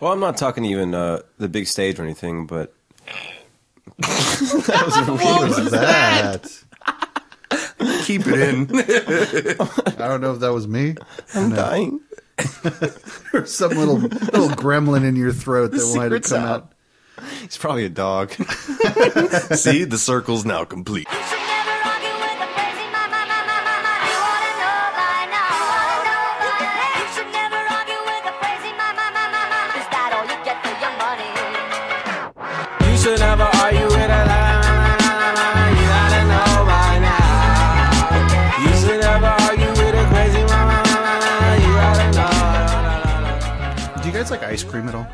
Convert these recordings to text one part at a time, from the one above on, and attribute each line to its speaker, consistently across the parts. Speaker 1: Well, I'm not talking even uh, the big stage or anything, but that was really
Speaker 2: What was that?
Speaker 3: Keep it in.
Speaker 2: I don't know if that was me
Speaker 1: I'm dying.
Speaker 2: or some little little gremlin in your throat that wanted to
Speaker 1: secret's
Speaker 2: come
Speaker 1: out.
Speaker 2: out.
Speaker 1: It's probably a dog.
Speaker 3: See, the circle's now complete.
Speaker 4: should never argue with a crazy mind, mind, mind, mind, mind, mind. You oughta know by now. You oughta know by now. You should never argue with a crazy mind, mind, mind, mind, mind. Is that all you get for your money?
Speaker 5: You should never argue with a la la la la la la la. You gotta know by now. You should never argue with a crazy la la la la la la. You gotta know. la, la, la, la, la.
Speaker 2: Do you guys like ice cream at all?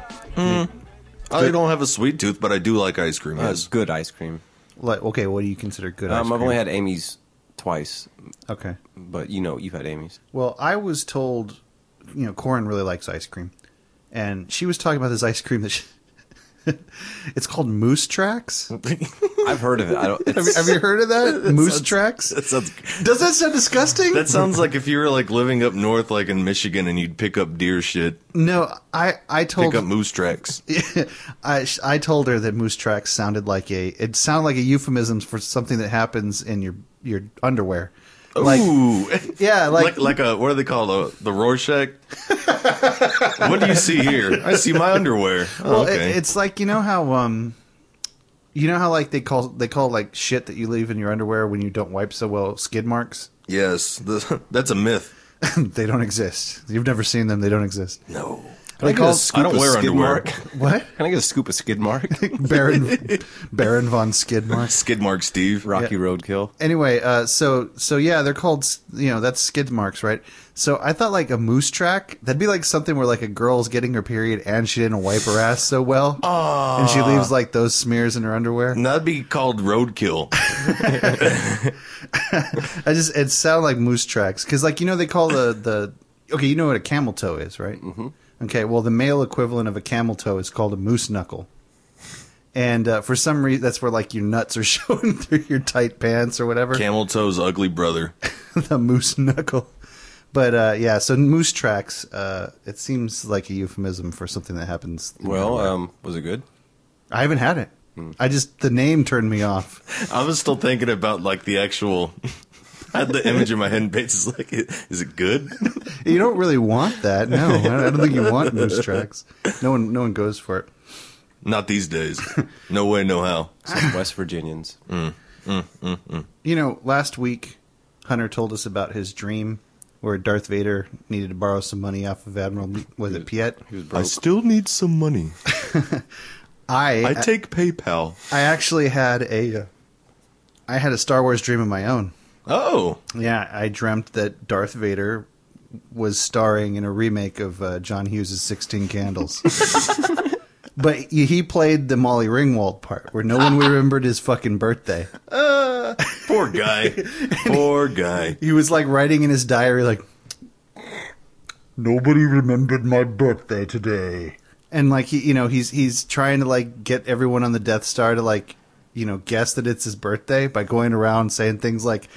Speaker 3: I don't have a sweet tooth, but I do like ice cream.
Speaker 1: Uh,
Speaker 3: Yes.
Speaker 1: good ice cream.
Speaker 2: Like, okay, what do you consider good ice
Speaker 1: Um,
Speaker 2: cream?
Speaker 1: I've only had Amy's twice,
Speaker 2: okay.
Speaker 1: but you know, you've had Amy's.
Speaker 2: Well, I was told, you know, Corin really likes ice cream, and she was talking about this ice cream that she, it's called Moose Tracks. Have,
Speaker 1: I've heard of it. I don't.
Speaker 2: you-
Speaker 1: It's,
Speaker 2: have you heard of that? Moose Tracks.
Speaker 3: That sounds.
Speaker 2: Does that sound disgusting?
Speaker 3: Uh, That sounds like if you were like living up north, like in Michigan, and you'd pick up deer shit,
Speaker 2: no, I I
Speaker 3: pick
Speaker 2: told
Speaker 3: up moose tracks.
Speaker 2: I I told her that Moose Tracks sounded like a it sounded like a euphemism for something that happens in your your underwear. Like
Speaker 3: Ooh,
Speaker 2: yeah,
Speaker 3: Oh.
Speaker 2: like,
Speaker 3: like like a what do they call the the Rorschach? what do you see here? I see my underwear. Oh,
Speaker 2: well,
Speaker 3: okay.
Speaker 2: it, it's like you know how um you know how like they call they call like shit that you leave in your underwear when you don't wipe so well skid marks.
Speaker 3: yes, the, that's a myth.
Speaker 2: they don't exist. You've never seen them. They don't exist.
Speaker 3: No,
Speaker 1: Can I
Speaker 2: They
Speaker 1: get a
Speaker 2: call-
Speaker 1: scoop
Speaker 3: I don't
Speaker 1: of
Speaker 3: wear
Speaker 1: skid
Speaker 3: underwear.
Speaker 1: mark?
Speaker 2: What?
Speaker 1: Can I get a scoop of skid mark?
Speaker 2: Baron Baron von Skidmark.
Speaker 3: Skidmark Steve.
Speaker 1: Rocky Roadkill.
Speaker 2: Anyway, uh, so so yeah, they're called s- you know that's skid marks, right? So I thought like a moose track that'd be like something where like a girl's getting her period and she didn't wipe her ass so well, and she leaves like those smears in her underwear.
Speaker 3: And That'd be called roadkill.
Speaker 2: I just it sounded like moose tracks because like you know they call the the okay you know what a camel toe is right? Mm-hmm. Okay, well the male equivalent of a camel toe is called a moose knuckle, and uh, for some reason that's where like your nuts are showing through your tight pants or whatever.
Speaker 3: Camel Toe's ugly brother.
Speaker 2: the moose knuckle, but uh, yeah, so moose tracks. Uh, it seems like a euphemism for something that happens.
Speaker 1: Well, um, was it good?
Speaker 2: I haven't had it.
Speaker 1: Hmm.
Speaker 2: I just the name turned me off.
Speaker 3: I was still thinking about like the actual. I had the image in my head and Bates is like, is it good?
Speaker 2: you don't really want that. No, I don't, I don't think you want moose tracks. No one, no one goes for it.
Speaker 3: Not these days. No way, no how.
Speaker 1: Some West Virginians.
Speaker 2: You know, last week Hunter told us about his dream where Darth Vader needed to borrow some money off of Admiral was it Piet?
Speaker 1: He was broke.
Speaker 3: still need some money.
Speaker 2: I I,
Speaker 3: take PayPal.
Speaker 2: actually had a uh, I had a Star Wars dream of my own.
Speaker 3: Oh,
Speaker 2: Yeah, I dreamt that Darth Vader was starring in a remake of uh, John Hughes' 16 Candles. but he he played the Molly Ringwald part where no one remembered his fucking birthday.
Speaker 3: poor guy. poor guy.
Speaker 2: He was like writing in his diary, like,
Speaker 6: Nobody remembered my birthday today.
Speaker 2: and like he, you know, he's he's trying to like get everyone on the Death Star to like, you know, guess that it's his birthday by going around saying things like,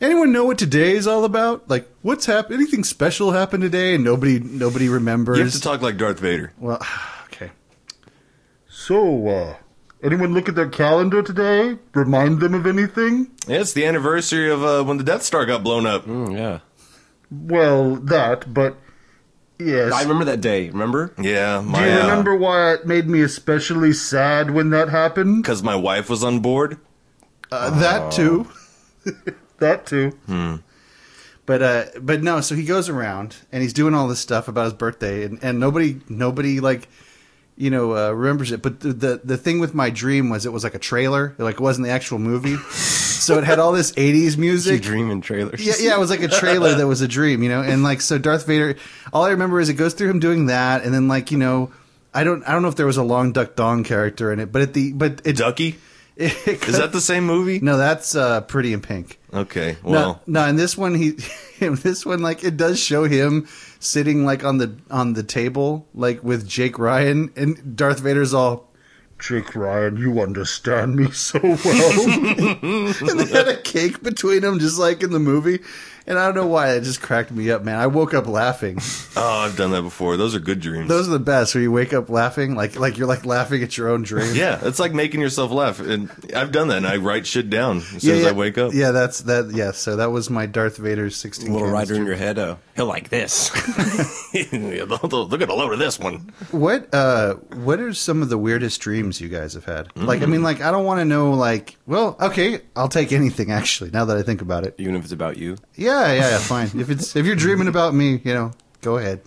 Speaker 2: "Anyone know what today is all about? Like, what's happened? Anything special happened today?" And nobody nobody remembers.
Speaker 3: You have to talk like Darth Vader.
Speaker 2: well, okay.
Speaker 6: So, uh, anyone look at their calendar today? Remind them of anything?
Speaker 3: Yeah, it's the anniversary of uh, when the Death Star got blown up.
Speaker 1: Mm, yeah.
Speaker 6: Well, that, but yes.
Speaker 1: I remember that day. Remember?
Speaker 3: Yeah, my, uh,
Speaker 6: Do you remember why it made me especially sad when that happened?
Speaker 3: Because my wife was on board.
Speaker 2: Uh, that too.
Speaker 6: That too.
Speaker 2: But uh, but no. So he goes around and he's doing all this stuff about his birthday, and, and nobody nobody like you know uh, remembers it. But the, the the thing with my dream was it was like a trailer, like it wasn't the actual movie. so it had all this '80s
Speaker 1: The
Speaker 2: music.
Speaker 1: dream in trailers.
Speaker 2: Yeah, yeah, it was like a trailer that was a dream, you know. And like so, Darth Vader. All I remember is it goes through him doing that, and then like you know, I don't I don't know if there was a long duck dong character in it, but at the but it,
Speaker 3: Ducky?
Speaker 2: it,
Speaker 3: Is that the same movie?
Speaker 2: no, that's uh, Pretty in Pink.
Speaker 3: Okay,
Speaker 2: No,
Speaker 3: well.
Speaker 2: no, and this one he, in this one like it does show him sitting like on the on the table like with Jake Ryan and Darth Vader's all.
Speaker 6: Jake Ryan, you understand me so well.
Speaker 2: And they had a cake between them, just like in the movie. And I don't know why that just cracked me up, man. I woke up laughing.
Speaker 3: Oh, I've done that before. Those are good dreams.
Speaker 2: Those are the best where you wake up laughing, like like you're like laughing at your own dream.
Speaker 3: yeah, it's like making yourself laugh. And I've done that, and I write shit down as soon as I wake up.
Speaker 2: Yeah, that's that. Yeah, so that was my Darth Vader 16.
Speaker 1: Little
Speaker 2: cans
Speaker 1: rider in
Speaker 2: dream.
Speaker 1: your head. Oh, he'll like this.
Speaker 3: Look at the load of this one.
Speaker 2: What uh, what are some of the weirdest dreams you guys have had? Like, I mean, like I don't want to know. Like, well, okay, I'll take anything. Actually, now that I think about it,
Speaker 1: Even if it's about you.
Speaker 2: yeah, yeah, yeah, fine. if it's if you're dreaming about me, you know, go ahead.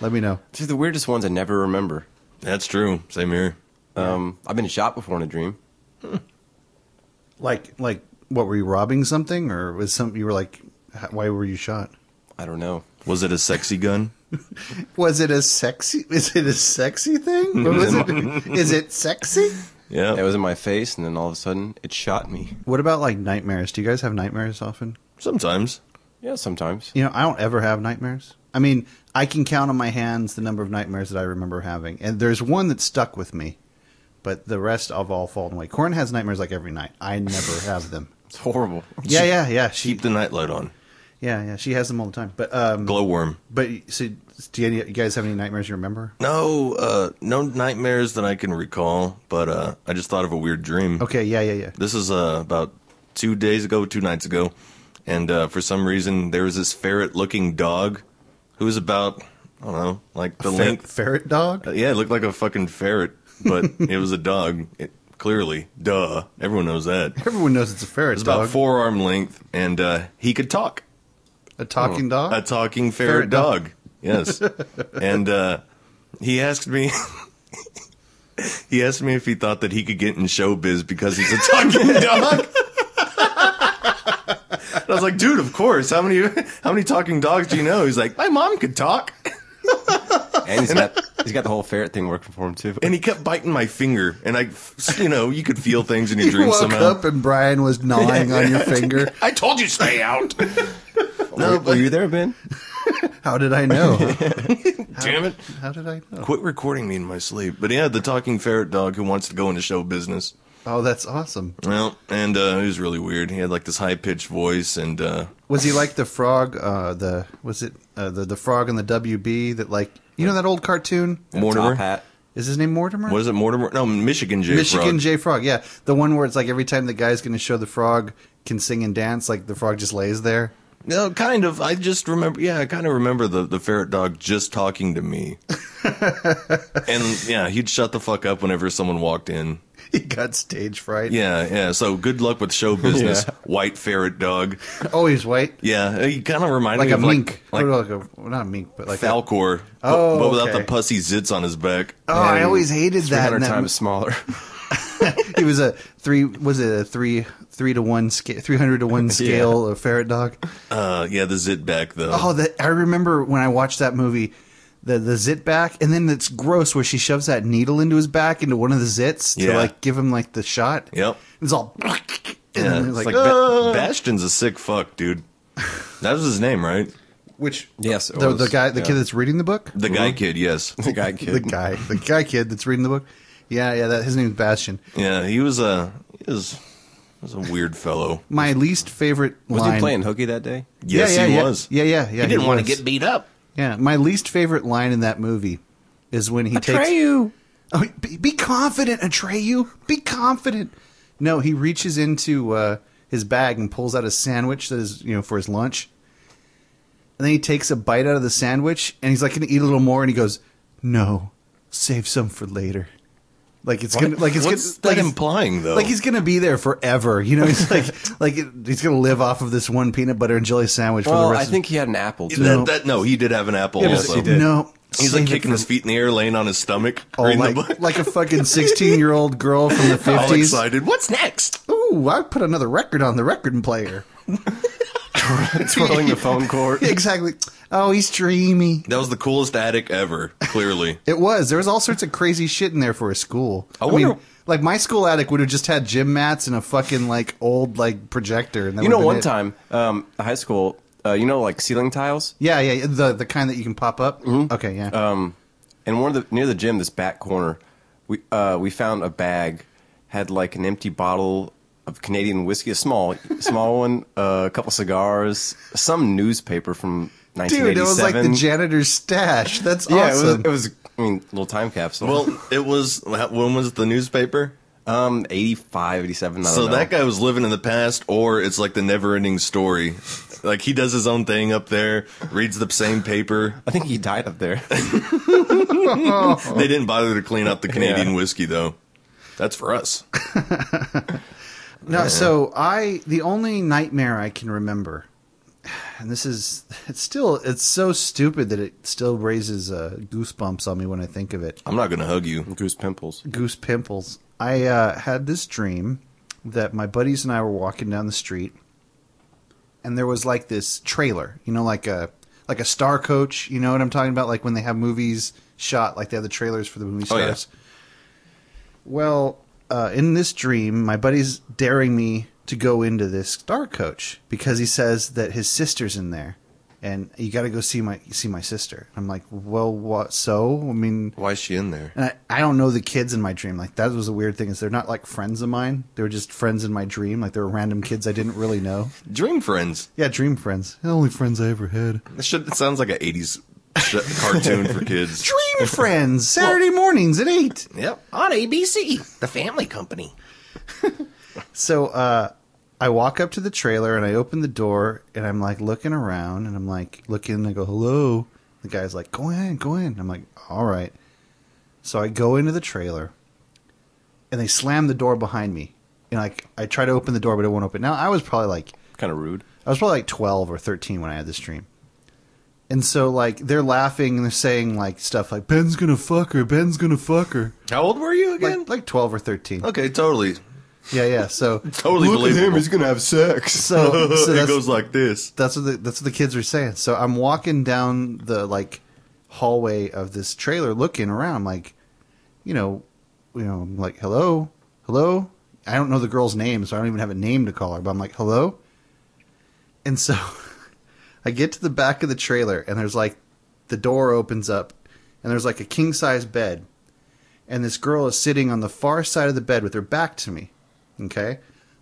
Speaker 2: Let me know.
Speaker 1: See, the weirdest ones I never remember.
Speaker 3: That's true. Same here.
Speaker 1: Um, I've been shot before in a dream.
Speaker 2: Like, like, what were you robbing something, or was something you were like, h- why were you shot?
Speaker 1: I don't know.
Speaker 3: Was it a sexy gun?
Speaker 2: Was it a sexy? Is it a sexy thing? What was it? Is it sexy?
Speaker 3: Yeah.
Speaker 2: Oh.
Speaker 1: It was in my face, and then all of a sudden, it shot me.
Speaker 2: What about like nightmares? Do you guys have nightmares often?
Speaker 3: Sometimes.
Speaker 1: Yeah, sometimes.
Speaker 2: You know, I don't ever have nightmares. I mean, I can count on my hands the number of nightmares that I remember having, and there's one that stuck with me, but the rest have all fallen away. Corin has nightmares like every night. I never have them.
Speaker 1: It's horrible.
Speaker 2: Yeah, yeah, yeah. She,
Speaker 3: Keep the nightlight on.
Speaker 2: yeah, yeah. She has them all the time. But, um,
Speaker 3: Glowworm.
Speaker 2: but so, do you, you guys have any nightmares you remember?
Speaker 3: No, uh, no nightmares that I can recall, but uh, I just thought of a weird dream.
Speaker 2: Okay, yeah, yeah, yeah.
Speaker 3: This is uh, about two days ago, two nights ago, and uh, for some reason there was this ferret-looking dog who was about I don't know, like the
Speaker 2: Fer-
Speaker 3: length.
Speaker 2: ferret dog.
Speaker 3: Uh, yeah, it looked like a fucking ferret, but it was a dog. It, clearly, duh, everyone knows that. It
Speaker 2: Everyone knows it's a ferret
Speaker 3: was
Speaker 2: dog.
Speaker 3: about forearm length, and uh, he could talk.
Speaker 2: a talking dog.
Speaker 3: A talking ferret,
Speaker 2: Ferret dog.
Speaker 3: dog. Yes. and uh, he asked me. he asked me if he thought that he could get in showbiz because he's a talking dog. And I was like, dude, of course. How many how many talking dogs do you know? He's like, my mom could talk.
Speaker 1: And he's got he's got the whole ferret thing working for him too.
Speaker 3: And he kept biting my finger, and I, you know, you could feel things in your
Speaker 2: you
Speaker 3: dreams
Speaker 2: woke
Speaker 3: somehow.
Speaker 2: up and Brian was gnawing on your finger.
Speaker 3: I told you stay out.
Speaker 1: were, were you there, Ben?
Speaker 2: How did I know?
Speaker 3: Damn it!
Speaker 2: How did I know?
Speaker 3: Quit recording me in my sleep. But yeah, the talking ferret dog who wants to go into show business.
Speaker 2: Oh, that's awesome.
Speaker 3: Well, and uh, it was really weird. He had like this high pitched voice, and uh,
Speaker 2: Was he like the frog? Uh, the was it uh, the the frog in the WB that like you know that old cartoon?
Speaker 3: Mortimer.
Speaker 1: Top hat.
Speaker 2: Is his name Mortimer?
Speaker 3: What is it, Mortimer? No, Michigan J.
Speaker 2: Michigan
Speaker 3: Frog.
Speaker 2: J Frog? Yeah, the one where it's like every time the guy's going to show the frog can sing and dance, like the frog just lays there.
Speaker 3: No, kind of. I just remember. Yeah, I kind of remember the the ferret dog just talking to me. and yeah, he'd shut the fuck up whenever someone walked in.
Speaker 2: He got stage fright.
Speaker 3: Yeah, yeah. So good luck with show business, white ferret dog.
Speaker 2: Oh, he's white,
Speaker 3: Yeah, he kind of reminded
Speaker 2: like
Speaker 3: me
Speaker 2: a
Speaker 3: of
Speaker 2: mink.
Speaker 3: like, like
Speaker 2: Or like a, well, not a mink, but like a-
Speaker 3: Falcor, bu-
Speaker 2: Oh,
Speaker 3: but without
Speaker 2: okay.
Speaker 3: the pussy zits on his back.
Speaker 2: oh, I always hated
Speaker 1: Three
Speaker 2: that.
Speaker 1: hundred
Speaker 2: and that-
Speaker 1: times smaller.
Speaker 2: he was a three. Was it a three three to one scale? Three hundred to one scale of ferret dog.
Speaker 3: Uh, yeah, the zit back though.
Speaker 2: Oh, that I remember when I watched that movie, the the zit back, and then it's gross where she shoves that needle into his back into one of the zits to
Speaker 3: Yeah.
Speaker 2: like give him like the shot.
Speaker 3: Yep.
Speaker 2: it's all. And
Speaker 3: Yeah,
Speaker 2: then
Speaker 3: it's
Speaker 2: it's like,
Speaker 3: like,
Speaker 2: "Ah."
Speaker 3: Ba- Bastion's a sick fuck, dude. That was his name, right?
Speaker 2: which
Speaker 1: Yes, it
Speaker 2: the,
Speaker 1: was.
Speaker 2: the guy, the
Speaker 1: Yeah.
Speaker 2: kid that's reading the book,
Speaker 3: The guy kid, yes.
Speaker 1: the guy kid.
Speaker 2: the guy, the guy kid that's reading the book. Yeah, yeah, that his name's Bastion.
Speaker 3: Yeah, he was a he was, was a weird fellow.
Speaker 2: My least favorite
Speaker 1: Was
Speaker 2: line.
Speaker 1: he playing hooky that day?
Speaker 3: Yes,
Speaker 2: yeah, yeah,
Speaker 3: he
Speaker 2: yeah.
Speaker 3: was.
Speaker 2: Yeah, yeah, yeah. He
Speaker 3: didn't wanna
Speaker 2: was.
Speaker 3: get beat up.
Speaker 2: Yeah, my least favorite line in that movie is when he takes.
Speaker 1: Atreyu.
Speaker 2: Oh, be, be confident, Atreyu. Be confident. No, he reaches into uh, his bag and pulls out a sandwich that is, you know, for his lunch. And then he takes a bite out of the sandwich and he's like going to eat a little more and he goes, "No, save some for later." Like it's gonna, like it's
Speaker 3: What's
Speaker 2: gonna,
Speaker 3: that
Speaker 2: like it's-
Speaker 3: implying though?
Speaker 2: like he's gonna be there forever, you know. He's like, like he's gonna live off of this one peanut butter and jelly sandwich for the
Speaker 1: Well,
Speaker 2: rest.
Speaker 1: I
Speaker 2: of-
Speaker 1: think he had an apple. Too.
Speaker 3: that, that, no, he did have an apple
Speaker 2: Yeah, but
Speaker 3: also.
Speaker 1: he did.
Speaker 2: No,
Speaker 3: He's like
Speaker 2: save it
Speaker 3: kicking
Speaker 2: for-
Speaker 3: his feet in the air, laying on his stomach,
Speaker 2: Oh,
Speaker 3: reading
Speaker 2: like,
Speaker 3: the book.
Speaker 2: like a fucking 16 year old girl from the
Speaker 3: all
Speaker 2: 50s.
Speaker 3: excited. What's next?
Speaker 2: Ooh, I put another record on the record player.
Speaker 1: twirling the phone cord.
Speaker 2: exactly. Oh, he's dreamy.
Speaker 3: That was the coolest attic ever, clearly.
Speaker 2: It was. There was all sorts of crazy shit in there for a school. I, mean,
Speaker 1: wonder-
Speaker 2: like my school attic would have just had gym mats and a fucking like old like projector. And that
Speaker 1: You
Speaker 2: would've
Speaker 1: know, one
Speaker 2: been it.
Speaker 1: time, um, at high school, uh, you know, like ceiling tiles,
Speaker 2: Yeah, yeah, yeah, the the kind that you can pop up.
Speaker 1: Mm-hmm.
Speaker 2: Okay, yeah.
Speaker 1: Uh, and one of the near the gym, this back corner, we uh, we found a bag had like an empty bottle of Canadian whiskey, a small small one, uh, a couple cigars, some newspaper from
Speaker 2: Dude,
Speaker 1: 1987.
Speaker 2: it was like the janitor's stash. That's
Speaker 1: yeah,
Speaker 2: awesome.
Speaker 1: it, was, it was. I mean, little time capsule.
Speaker 3: Well, it was when was the newspaper?
Speaker 1: um, 85, 87. I don't
Speaker 3: So
Speaker 1: know.
Speaker 3: that guy was living in the past, or it's like the never-ending story. Like he does his own thing up there, reads the same paper.
Speaker 1: I think he died up there.
Speaker 3: They didn't bother to clean up the Canadian
Speaker 1: Yeah.
Speaker 3: whiskey, though. That's for us.
Speaker 2: No, so I the only nightmare I can remember, and this is it's still it's so stupid that it still raises uh, goosebumps on me when I think of it.
Speaker 3: I'm not gonna hug you.
Speaker 1: Goose pimples.
Speaker 2: Goose pimples. I uh, had this dream that my buddies and I were walking down the street, and there was like this trailer, you know, like a like a star coach. You know what I'm talking about? Like when they have movies shot, like they have the trailers for the movie
Speaker 3: Oh, yeah.
Speaker 2: stars. Well, uh, in this dream, my buddy's daring me to go into this star coach because he says that his sister's in there, and you got to go see my see my sister. I'm like, well, what? So I mean,
Speaker 3: Why is she in there?
Speaker 2: and I, I don't know the kids in my dream. Like that was a weird thing. Is they're not like friends of mine. They were just friends in my dream. Like they were random kids I didn't really know.
Speaker 3: Dream friends.
Speaker 2: Yeah, dream friends. The only friends I ever had.
Speaker 3: That should, it sounds like an '80s sh- cartoon for kids.
Speaker 2: Dream friends. Saturday mornings at eight.
Speaker 3: Yep, on ABC, the Family Company.
Speaker 2: So uh, I walk up to the trailer and I open the door and I'm like looking around and I'm like looking and I go, hello. The guy's like, go in, go in. I'm like, all right. So I go into the trailer and they slam the door behind me. And like I try to open the door, but it won't open. Now I was probably like
Speaker 1: Kind of rude.
Speaker 2: I was probably like 12 or 13 when I had this dream. And so, like, they're laughing and they're saying, like, stuff like, Ben's gonna fuck her, Ben's gonna fuck her.
Speaker 3: How old were you again?
Speaker 2: Like, like 12 or 13.
Speaker 3: okay, totally,
Speaker 2: Yeah, yeah. So,
Speaker 3: totally believable.
Speaker 1: gonna have sex.
Speaker 2: so, so
Speaker 3: it
Speaker 2: that's,
Speaker 3: goes like this.
Speaker 2: that's, what the, that's what the kids were saying. So I'm walking down the, like, hallway of this trailer looking around. I'm like, you know, you know, I'm like, hello, hello. I don't know the girl's name, so I don't even have a name to call her. But I'm like, hello. And so I get to the back of the trailer, and there's like the door opens up, and there's like a king size bed, and this girl is sitting on the far side of the bed with her back to me. Okay,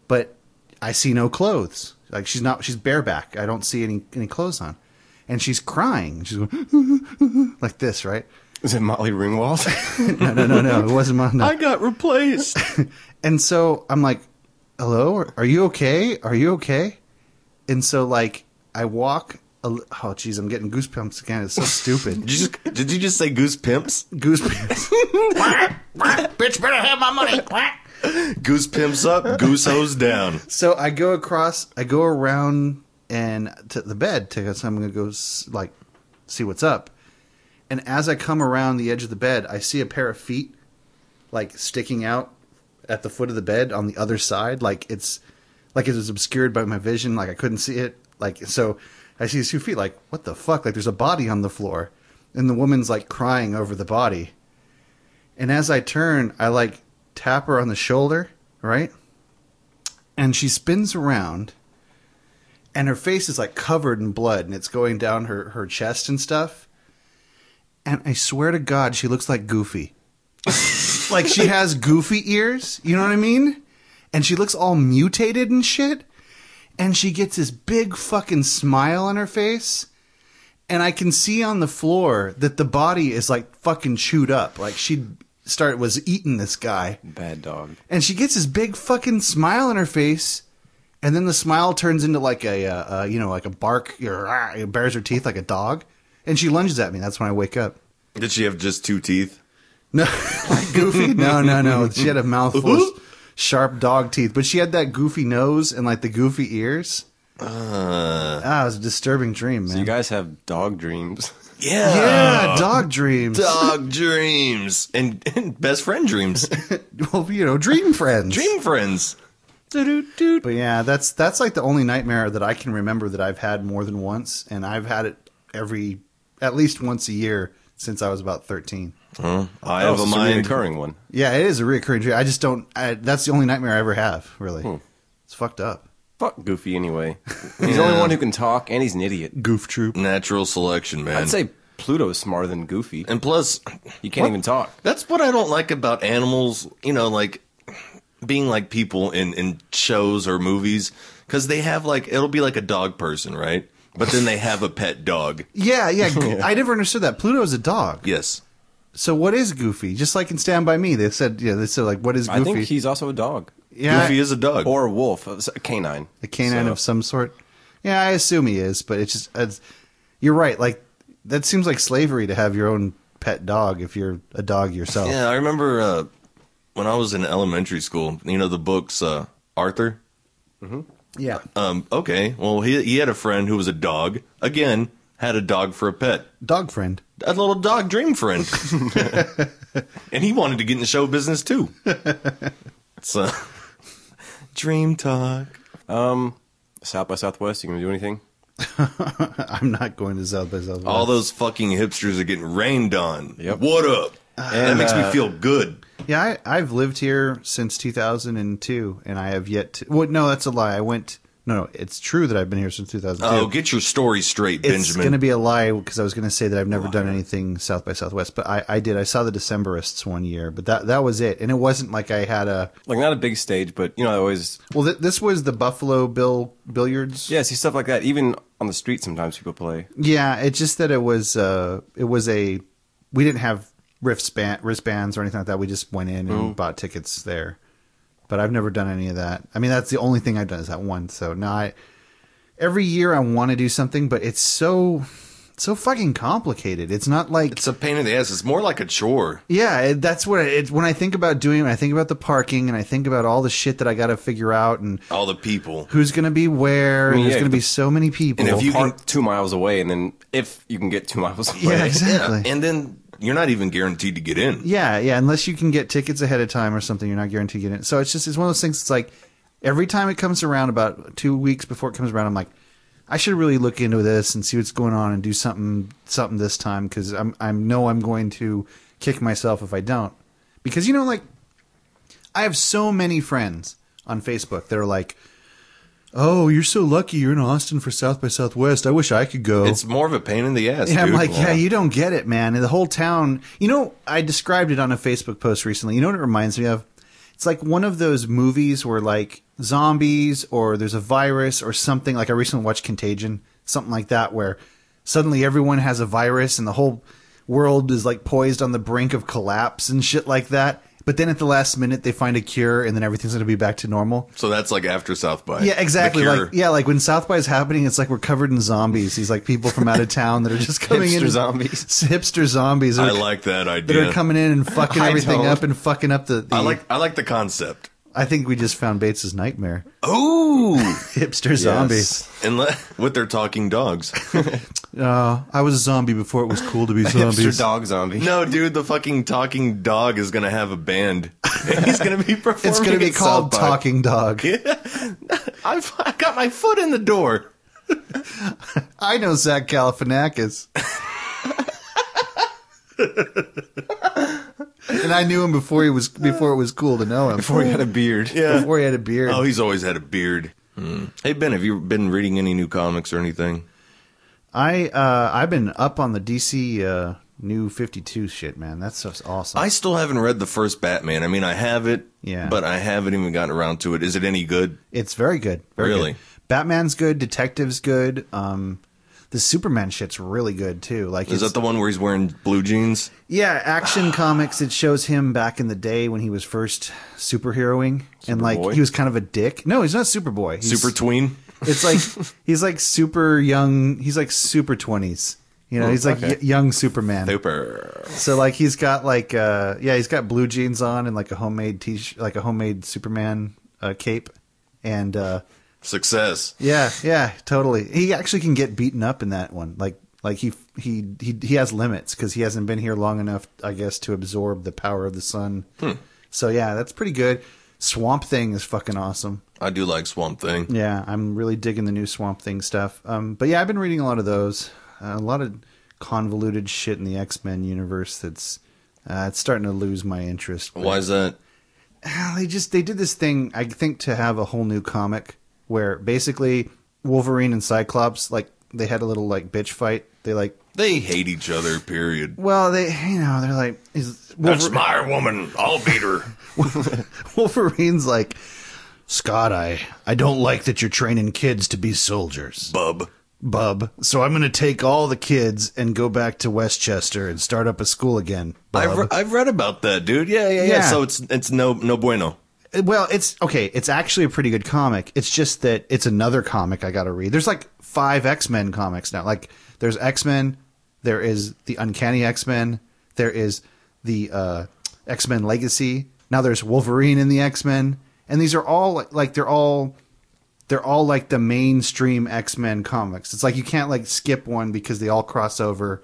Speaker 2: but I see no clothes. Like she's not, she's bareback. I don't see any any clothes on, and she's crying. She's going like this, right?
Speaker 1: Is it Molly Ringwald?
Speaker 2: No, no, no, no. It wasn't mine. no.
Speaker 3: I got replaced.
Speaker 2: And so I'm like, "Hello, are- are you okay? Are you okay?" And so like I walk. A, li- oh, jeez, I'm getting goosebumps again. It's so stupid.
Speaker 3: Did you, just, did you just say goose pimps?
Speaker 2: goosebumps.
Speaker 3: Goose pimps up, goose hose down.
Speaker 2: so I go across. I go around and to the bed to. So I'm gonna go s- like see what's up. And as I come around the edge of the bed, I see a pair of feet like sticking out at the foot of the bed on the other side. Like it's like it was obscured by my vision. Like I couldn't see it. Like so, I see these two feet. Like what the fuck? Like there's a body on the floor, and the woman's like crying over the body. And as I turn, I like tap her on the shoulder, right? And she spins around and her face is like covered in blood and it's going down her, her chest and stuff. And I swear to God, she looks like Goofy. like she has goofy ears, you know what I mean? And she looks all mutated and shit. And she gets this big fucking smile on her face. And I can see on the floor that the body is like fucking chewed up. Like she started was eating this guy
Speaker 1: Bad dog.
Speaker 2: and she gets this big fucking smile on her face, and then the smile turns into like a uh, uh, you know like a bark, or ah, it bares her teeth like a dog, and she lunges at me. That's when I wake up.
Speaker 3: Did she have just two teeth?
Speaker 2: No, like Goofy. No, no, no. She had a mouthful of sharp dog teeth, but she had that goofy nose and like the goofy ears. ah, it was a disturbing dream, man.
Speaker 1: You guys have dog dreams.
Speaker 3: Yeah.
Speaker 2: yeah, dog dreams.
Speaker 3: Dog dreams and, and best friend dreams,
Speaker 2: Well, you know, dream friends.
Speaker 3: dream friends.
Speaker 2: But yeah, that's that's like the only nightmare that I can remember that I've had more than once, and I've had it every at least once a year since I was about thirteen.
Speaker 3: I have
Speaker 1: Oh,
Speaker 3: a
Speaker 1: it's
Speaker 3: mind.
Speaker 1: recurring one.
Speaker 2: Yeah, it is a reoccurring dream. I just don't. I, that's the only nightmare I ever have. Really,
Speaker 1: Hmm.
Speaker 2: it's fucked up.
Speaker 1: Fuck Goofy anyway. He's the only one who can talk, and he's an idiot.
Speaker 2: Goof troop.
Speaker 3: Natural selection, man.
Speaker 1: I'd say Pluto's smarter than Goofy.
Speaker 3: and plus,
Speaker 1: You can't even talk.
Speaker 3: that's what I don't like about animals. You know, like being like people in in shows or movies because they have like it'll be like a dog person, right? But then they have a pet dog.
Speaker 2: Yeah, yeah. I never understood that. Pluto's a dog.
Speaker 3: Yes.
Speaker 2: So what is Goofy? Just like in Stand by Me, they said, yeah, they said like, what is Goofy?
Speaker 1: I think he's also a dog
Speaker 2: yeah,
Speaker 3: Goofy is a dog.
Speaker 1: or a wolf, a s- a canine.
Speaker 2: a canine
Speaker 1: So-
Speaker 2: of some sort. Yeah, I assume he is, but it's just it's, you're right. Like that seems like slavery to have your own pet dog if you're a dog yourself.
Speaker 3: Yeah, I remember uh, when I was in elementary school. You know the books uh, Arthur.
Speaker 2: yeah.
Speaker 3: Um, okay, well he he had a friend who was a dog. Again, had a dog for a pet,
Speaker 2: Dog friend.
Speaker 3: a little dog dream friend, and he wanted to get into show business too. So, dream talk.
Speaker 1: South by Southwest. You gonna do anything?
Speaker 2: I'm not going to South by Southwest.
Speaker 3: All those fucking hipsters are getting rained on.
Speaker 1: Yep.
Speaker 3: What up? that
Speaker 1: And,
Speaker 3: makes me
Speaker 1: uh,
Speaker 3: feel good.
Speaker 2: yeah, I, I've lived here since 2002, and I have yet to. Well, no, that's a lie. I went. No, no, it's true that I've been here since 2002.
Speaker 3: Oh, get your story straight,
Speaker 2: it's
Speaker 3: Benjamin.
Speaker 2: going to be a lie because I was going to say that I've never done anything South by Southwest, but I, I did. I saw the Decemberists one year, but that that was it, and it wasn't like I had a.
Speaker 1: Like not a big stage, but you know, I always
Speaker 2: Well, th- this was the Buffalo Bill billiards.
Speaker 1: yeah, see stuff like that. Even on the street, sometimes people play.
Speaker 2: Yeah, it's just that it was uh it was a we didn't have wristband wristbands or anything like that. We just went in and bought tickets there. But I've never done any of that. I mean, that's the only thing I've done is that one. So now I every year I want to do something, but it's so so fucking complicated. It's not like
Speaker 3: it's a pain in the ass. It's more like a chore.
Speaker 2: yeah, it, that's what it, when I think about doing. it, I think about the parking and I think about all the shit that I got to figure out and
Speaker 3: All the people.
Speaker 2: who's going to be where. and
Speaker 1: mean,
Speaker 2: there's
Speaker 1: yeah,
Speaker 2: going to
Speaker 1: the-
Speaker 2: be so many people.
Speaker 3: and if
Speaker 1: Well,
Speaker 3: you can-
Speaker 1: park two miles away, and then if you can get two miles away,
Speaker 2: yeah, exactly.
Speaker 3: Yeah, and then you're not even guaranteed to get in.
Speaker 2: Yeah, yeah. Unless you can get tickets ahead of time or something, you're not guaranteed to get in. So it's just it's one of those things. It's like every time it comes around, about two weeks before it comes around, I'm like, I should really look into this and see what's going on and do something something this time because I'm I know I'm going to kick myself if I don't because you know like I have so many friends on Facebook that are like. Oh, you're so lucky you're in Austin for South by Southwest. I wish I could go.
Speaker 3: It's more of a pain in the ass.
Speaker 2: And I'm
Speaker 3: dude.
Speaker 2: like, yeah, you don't get it, man. And the whole town, you know, I described it on a Facebook post recently. You know what it reminds me of? It's like one of those movies where like zombies or there's a virus or something. Like I recently watched Contagion, something like that, where suddenly everyone has a virus and the whole world is like poised on the brink of collapse and shit like that. But then at the last minute, they find a cure and then everything's going to be back to normal.
Speaker 3: So that's like after South by.
Speaker 2: Yeah, exactly.
Speaker 3: The Cure.
Speaker 2: Like, yeah, like when South by is happening, it's like we're covered in zombies. These like people from out of town that are just coming in.
Speaker 1: Hipster
Speaker 2: and-
Speaker 1: zombies.
Speaker 2: hipster zombies. That
Speaker 3: I
Speaker 2: are,
Speaker 3: like that
Speaker 2: that
Speaker 3: idea.
Speaker 2: are coming in and fucking
Speaker 1: I
Speaker 2: everything
Speaker 1: don't.
Speaker 2: up and fucking up the. the
Speaker 3: I like I like the concept.
Speaker 2: I think we just found Bates's nightmare.
Speaker 3: Oh,
Speaker 2: Hipster zombies.
Speaker 3: and le- with their talking dogs.
Speaker 2: Uh, I was a zombie before it was cool to be
Speaker 1: Hipster
Speaker 2: zombies.
Speaker 1: dog zombie.
Speaker 3: no, dude, the fucking talking dog is gonna have a band. And he's gonna be performing.
Speaker 2: It's going to be
Speaker 3: at
Speaker 2: called
Speaker 3: South by.
Speaker 2: Talking Dog.
Speaker 3: I've I got my foot in the door.
Speaker 2: I know Zach Galifianakis. and I knew him before he was before it was cool to know him.
Speaker 1: Before he had a beard.
Speaker 2: Before he had a beard.
Speaker 3: Oh, he's always had a beard. Hmm. Hey Ben, have you been reading any new comics or anything?
Speaker 2: I uh, I've been up on the DC uh, new 52 shit, man. That's just awesome.
Speaker 3: I still haven't read the first Batman. I mean, I have it,
Speaker 2: Yeah.
Speaker 3: but I haven't even gotten around to it. Is it any good?
Speaker 2: It's very good. Very
Speaker 3: Really?
Speaker 2: good. Batman's good. Detective's good. Um, the Superman shit's really good too. Like,
Speaker 3: Is
Speaker 2: it's-
Speaker 3: that the one where he's wearing blue jeans?
Speaker 2: yeah, Action Comics. It shows him back in the day when he was first superheroing, and like
Speaker 1: Superboy?
Speaker 2: he was kind of a dick. No, he's not Superboy. He's,
Speaker 3: Super tween?
Speaker 2: It's like he's like super young. He's like super twenties. You
Speaker 3: Oh,
Speaker 2: know, he's like
Speaker 1: okay.
Speaker 2: y- young Superman.
Speaker 3: Super.
Speaker 2: So like he's got like uh yeah he's got blue jeans on and like a homemade t shirt like a homemade Superman uh, cape and uh
Speaker 3: Success.
Speaker 2: yeah yeah totally he actually can get beaten up in that one like like he he he he has limits because he hasn't been here long enough I guess to absorb the power of the sun so yeah that's pretty good Swamp Thing is fucking awesome
Speaker 3: I do like Swamp Thing.
Speaker 2: yeah I'm really digging the new Swamp Thing stuff um but yeah I've been reading a lot of those uh, a lot of convoluted shit in the X Men universe that's uh, it's starting to lose my interest.
Speaker 3: Why is that?
Speaker 2: Well, they just they did this thing i think to have a whole new comic where basically wolverine and cyclops like they had a little like bitch fight. They like
Speaker 3: They hate each other. Period.
Speaker 2: well they you know they're like is
Speaker 3: That's
Speaker 2: Wolver-
Speaker 3: my woman. I'll beat her.
Speaker 2: Wolverine's like Scott I I don't like that you're training kids to be soldiers.
Speaker 3: Bub.
Speaker 2: Bub. So I'm going to take all the kids and go back to Westchester and start up a school again.
Speaker 3: I've, re- I've read about that, dude. Yeah, yeah, yeah,
Speaker 2: Yeah.
Speaker 3: So it's it's no no bueno.
Speaker 2: Well, it's okay. It's actually a pretty good comic. It's just that it's another comic I got to read. There's like five X Men comics now. Like there's X Men, there is the Uncanny X Men, there is the uh, X Men Legacy. Now there's Wolverine in the X Men, and these are all like they're all they're all like the mainstream X Men comics. It's like you can't like skip one because they all cross over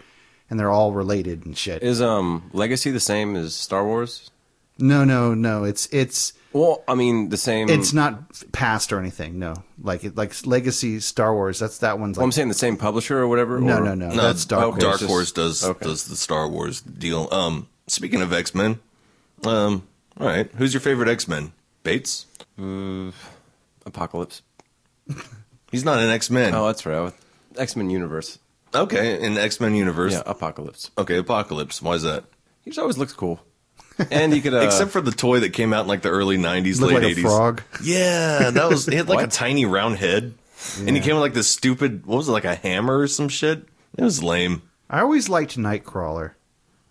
Speaker 2: and they're all related and shit.
Speaker 1: Is um Legacy the same as Star Wars?
Speaker 2: no, no, no. It's it's
Speaker 1: Well, I mean the same.
Speaker 2: it's not past or anything. No, like it, like Legacy Star Wars. That's that one's. Like,
Speaker 1: Well, I'm saying the same publisher or whatever.
Speaker 2: no,
Speaker 1: or-
Speaker 2: no, no,
Speaker 3: No,
Speaker 2: That's Dark
Speaker 1: okay.
Speaker 2: Horse.
Speaker 3: Dark Horse does
Speaker 1: okay.
Speaker 3: does the Star Wars deal. Um, speaking of X Men, um, all right, who's your favorite X Men? Bates.
Speaker 1: Mm, Apocalypse.
Speaker 3: He's not an X Men.
Speaker 1: Oh, that's right. X Men Universe.
Speaker 3: okay, in the X Men universe.
Speaker 1: Yeah, Apocalypse.
Speaker 3: Okay, Apocalypse. Why is that?
Speaker 1: He just always looks cool. And he could, uh,
Speaker 3: Except for the toy that came out in like the early '90s,
Speaker 2: Look
Speaker 3: late
Speaker 2: like a
Speaker 3: '80s.
Speaker 2: frog.
Speaker 3: Yeah, that was. He had like a
Speaker 1: What?
Speaker 3: tiny round head, and he came with like this stupid. What was it? Like a hammer or some shit. It was lame.
Speaker 2: I always liked Nightcrawler,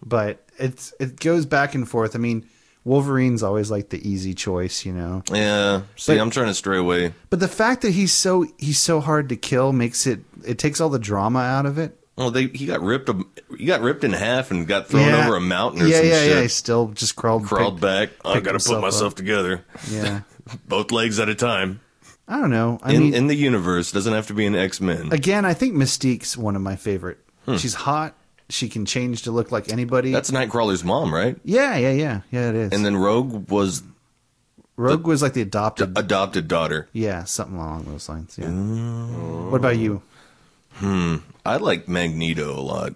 Speaker 2: but it's it goes back and forth. I mean, Wolverine's always like the easy choice, you know.
Speaker 3: Yeah. See,
Speaker 2: But-
Speaker 3: I'm trying to stray away.
Speaker 2: But the fact that he's so he's so hard to kill makes it it takes all the drama out of it.
Speaker 3: Well, they he got ripped. a- He got ripped in half and got thrown over a mountain or
Speaker 2: yeah,
Speaker 3: some
Speaker 2: yeah,
Speaker 3: shit.
Speaker 2: yeah. He still just crawled
Speaker 3: Crawled
Speaker 2: picked-
Speaker 3: back. I
Speaker 2: picked
Speaker 3: gotta put
Speaker 2: himself
Speaker 3: myself
Speaker 2: up.
Speaker 3: together,
Speaker 2: Yeah,
Speaker 3: both legs at a time.
Speaker 2: I don't know. I
Speaker 3: In
Speaker 2: mean,
Speaker 3: in the universe, doesn't have to be an X Men.
Speaker 2: again, I think Mystique's one of my favorite. She's hot. She can change to look like anybody.
Speaker 3: Hmm. That's Nightcrawler's mom, right?
Speaker 2: yeah, yeah, yeah, yeah. It is.
Speaker 3: And then Rogue was
Speaker 2: Rogue was like the
Speaker 3: d-
Speaker 2: adopted.
Speaker 3: adopted daughter.
Speaker 2: yeah, something along those lines. Yeah.
Speaker 3: Oh.
Speaker 2: What about you?
Speaker 3: I like Magneto a lot.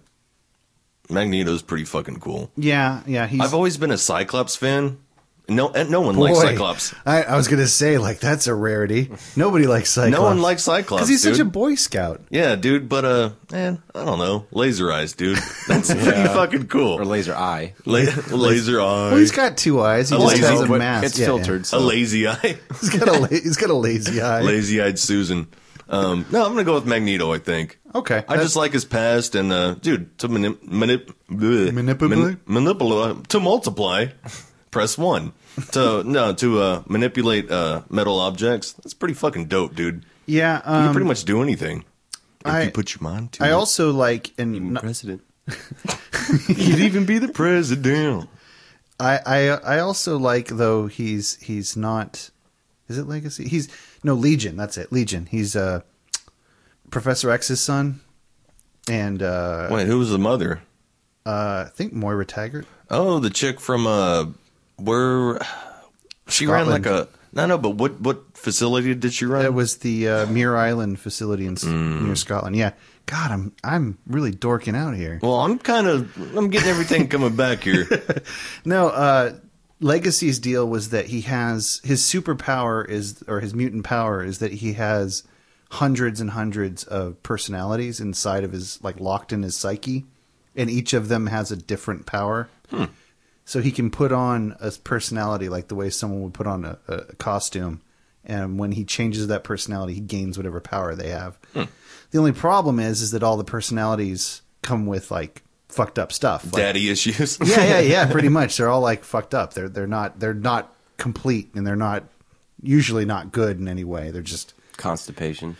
Speaker 3: Magneto's pretty fucking cool.
Speaker 2: Yeah, yeah. He's
Speaker 3: I've always been a Cyclops fan. No, and no one likes
Speaker 2: Boy,
Speaker 3: Cyclops.
Speaker 2: I, I was gonna say like that's a rarity. Nobody likes Cyclops.
Speaker 3: No one likes Cyclops
Speaker 2: because he's
Speaker 3: dude.
Speaker 2: such a Boy Scout.
Speaker 3: Yeah, dude, but uh, man, I don't know. Laser eyes, dude. That's pretty fucking cool.
Speaker 1: or Laser Eye.
Speaker 3: La- laser eye.
Speaker 2: Well, he's got two eyes. He
Speaker 3: A
Speaker 2: just
Speaker 3: lazy-
Speaker 2: has a
Speaker 3: but
Speaker 2: mask.
Speaker 1: It's
Speaker 2: Yeah, yeah.
Speaker 1: filtered.
Speaker 3: a
Speaker 1: So.
Speaker 3: lazy eye.
Speaker 2: He's got a la- he's got a lazy eye.
Speaker 3: lazy eyed Susan. Um, no, I'm gonna go with Magneto. I think.
Speaker 2: Okay, uh,
Speaker 3: I just like his past and uh, dude to mani- manip- bleh.
Speaker 2: Manipulate?
Speaker 3: manipulate to multiply. Press one to no to uh, manipulate uh, metal objects. That's pretty fucking dope, dude.
Speaker 2: yeah. Um,
Speaker 3: You can pretty much do anything if
Speaker 2: I-
Speaker 3: you put your mind to.
Speaker 2: I
Speaker 3: it.
Speaker 2: also like and not-
Speaker 1: President.
Speaker 3: He'd even be the president.
Speaker 2: I, I I also like though he's he's not is it legacy he's no legion that's it legion he's uh professor x's son and uh,
Speaker 3: Wait, who was the mother?
Speaker 2: uh i think moira taggart
Speaker 3: Oh, the chick from uh, where she ran like
Speaker 2: Scotland.
Speaker 3: a no, no. But what what facility did she run?
Speaker 2: that was the uh, muir island facility in, s near scotland yeah god i'm i'm really dorking out here
Speaker 3: well, I'm kind of I'm getting everything coming back here.
Speaker 2: No, uh, Legacy's deal was that he has his superpower is or his mutant power is that he has hundreds and hundreds of personalities inside of his like locked in his psyche, and each of them has a different power. So he can put on a personality like the way someone would put on a, a costume, and when he changes that personality, he gains whatever power they have. The only problem is is that all the personalities come with like fucked up stuff. Like,
Speaker 3: Daddy issues.
Speaker 2: yeah, yeah, yeah. Pretty much, they're all like fucked up. They're they're not they're not complete, and they're not usually not good in any way. They're just
Speaker 1: Constipation.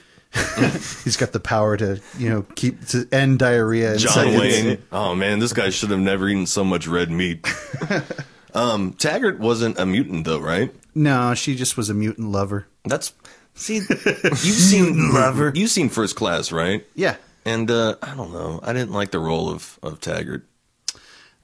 Speaker 2: he's got the power to you know keep to end diarrhea. in
Speaker 3: John
Speaker 2: seconds.
Speaker 3: Wayne. Oh man, this guy should have never eaten so much red meat. um, Taggart wasn't a mutant though, right?
Speaker 2: No, she just was a mutant lover.
Speaker 3: That's see, you've seen lover. You've seen First Class, right?
Speaker 2: Yeah,
Speaker 3: And uh, I don't know. I didn't like the role of of Taggart.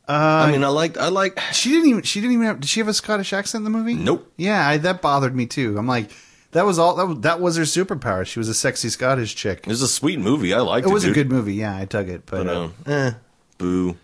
Speaker 3: I mean, I liked. I like.
Speaker 2: she didn't even she didn't even have did she have a Scottish accent in the movie?
Speaker 3: Nope.
Speaker 2: Yeah, I, that bothered me too. I'm like, that was all that was, that was her superpower. She was a sexy Scottish chick.
Speaker 3: It was a sweet movie. I liked
Speaker 2: It
Speaker 3: it.
Speaker 2: was a
Speaker 3: dude.
Speaker 2: good movie. Yeah, I dug it, but,
Speaker 3: But,
Speaker 2: uh,
Speaker 3: um, eh, boo.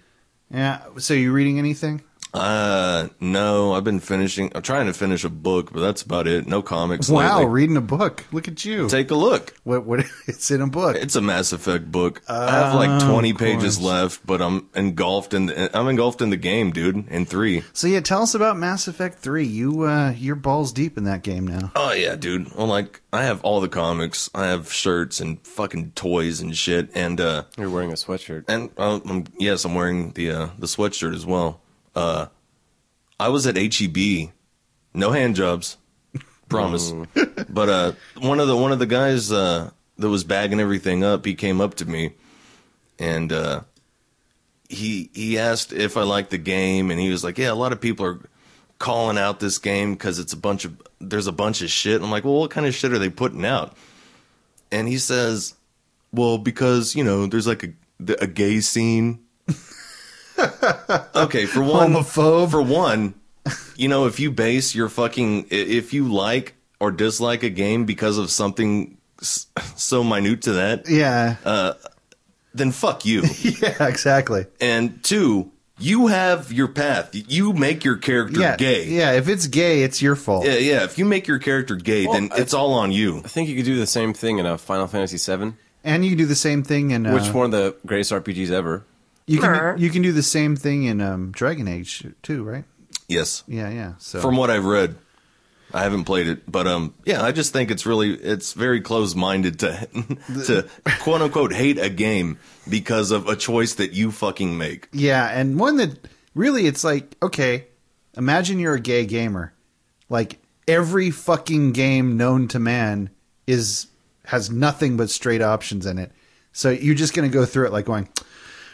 Speaker 2: yeah. So you reading anything?
Speaker 3: Uh, no, I've been finishing. I'm trying to finish a book, but that's about it. No comics.
Speaker 2: Wow,
Speaker 3: lately.
Speaker 2: reading a book. Look at you.
Speaker 3: Take a look.
Speaker 2: what? What? It's in a book.
Speaker 3: It's a Mass Effect book. I have like
Speaker 2: Oh,
Speaker 3: 20
Speaker 2: of
Speaker 3: pages
Speaker 2: course.
Speaker 3: left, but I'm engulfed in the, I'm engulfed in the game, dude, in 3.
Speaker 2: So yeah, tell us about Mass Effect Three. You uh, you're balls deep in that game now.
Speaker 3: Oh yeah, dude. Well, like I have all the comics. I have shirts and fucking toys and shit and uh
Speaker 1: You're wearing a sweatshirt.
Speaker 3: and uh, um, yes, I'm wearing the uh, the sweatshirt as well. Uh, I was at HEB, no hand jobs, promise. but uh, one of the one of the guys uh, that was bagging everything up, he came up to me, and uh, he he asked if I liked the game, and he was like, "Yeah, a lot of people are calling out this game because it's a bunch of there's a bunch of shit." I'm like, "Well, what kind of shit are they putting out?" And he says. Well, because you know, there's like a the- a gay scene. okay, for one,
Speaker 2: Homophobe.
Speaker 3: For one, you know, if you base your fucking i- if you like or dislike a game because of something s- so minute to that,
Speaker 2: Yeah.
Speaker 3: then fuck you.
Speaker 2: yeah. Exactly.
Speaker 3: and two, you have your path. You make your character
Speaker 2: Yeah.
Speaker 3: gay.
Speaker 2: Yeah. If it's gay, it's your fault.
Speaker 3: yeah, yeah. If you make your character gay, then
Speaker 1: I-
Speaker 3: it's all on you.
Speaker 1: I think you could do the same thing in a Final Fantasy VII,
Speaker 2: And you can do the same thing in uh,
Speaker 1: which one of the greatest RPGs ever.
Speaker 2: you can you can do the same thing in um, Dragon Age too, right?
Speaker 3: Yes.
Speaker 2: Yeah. Yeah. So
Speaker 3: from what I've read. I haven't played it, but um, yeah, I just think it's really it's very close minded to to quote unquote hate a game because of a choice that you fucking make.
Speaker 2: Yeah, and one that really it's like, okay, imagine you're a gay gamer. Like every fucking game known to man is has nothing but straight options in it. So you're just going to go through it like going,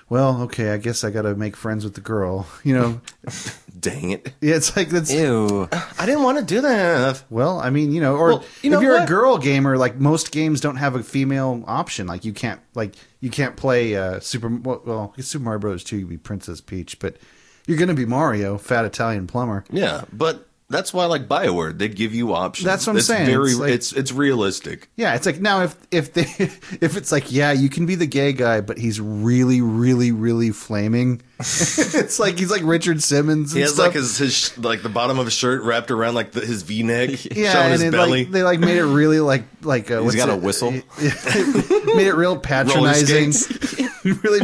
Speaker 2: well, okay, I guess I got to make friends with the girl, you know.
Speaker 3: Dang it!
Speaker 2: Yeah, it's like that's
Speaker 1: Ew.
Speaker 3: I didn't want to do that.
Speaker 2: well, I mean, you know, or
Speaker 3: Well, you know
Speaker 2: if you're a
Speaker 3: what?
Speaker 2: girl gamer, like most games don't have a female option. Like you can't, like you can't play uh, Super. Well, well, Super Mario Bros. Two, you'd be Princess Peach, but you're gonna be Mario, fat Italian plumber.
Speaker 3: Yeah, but that's why I like Bioware. They give you options.
Speaker 2: That's what I'm
Speaker 3: It's
Speaker 2: saying.
Speaker 3: Very,
Speaker 2: It's
Speaker 3: it's,
Speaker 2: like-
Speaker 3: it's realistic.
Speaker 2: Yeah, it's like now if if they if it's like yeah, you can be the gay guy, but he's really, really, really flaming. it's like he's like Richard Simmons. And
Speaker 3: He has
Speaker 2: stuff.
Speaker 3: like his his sh- like the bottom of his shirt wrapped around like the, his V neck,
Speaker 2: yeah,
Speaker 3: showing
Speaker 2: and
Speaker 3: his
Speaker 2: it,
Speaker 3: belly.
Speaker 2: Like, they like made it really like like uh, what's
Speaker 1: got a
Speaker 2: it?
Speaker 1: whistle.
Speaker 2: made it real patronizing, really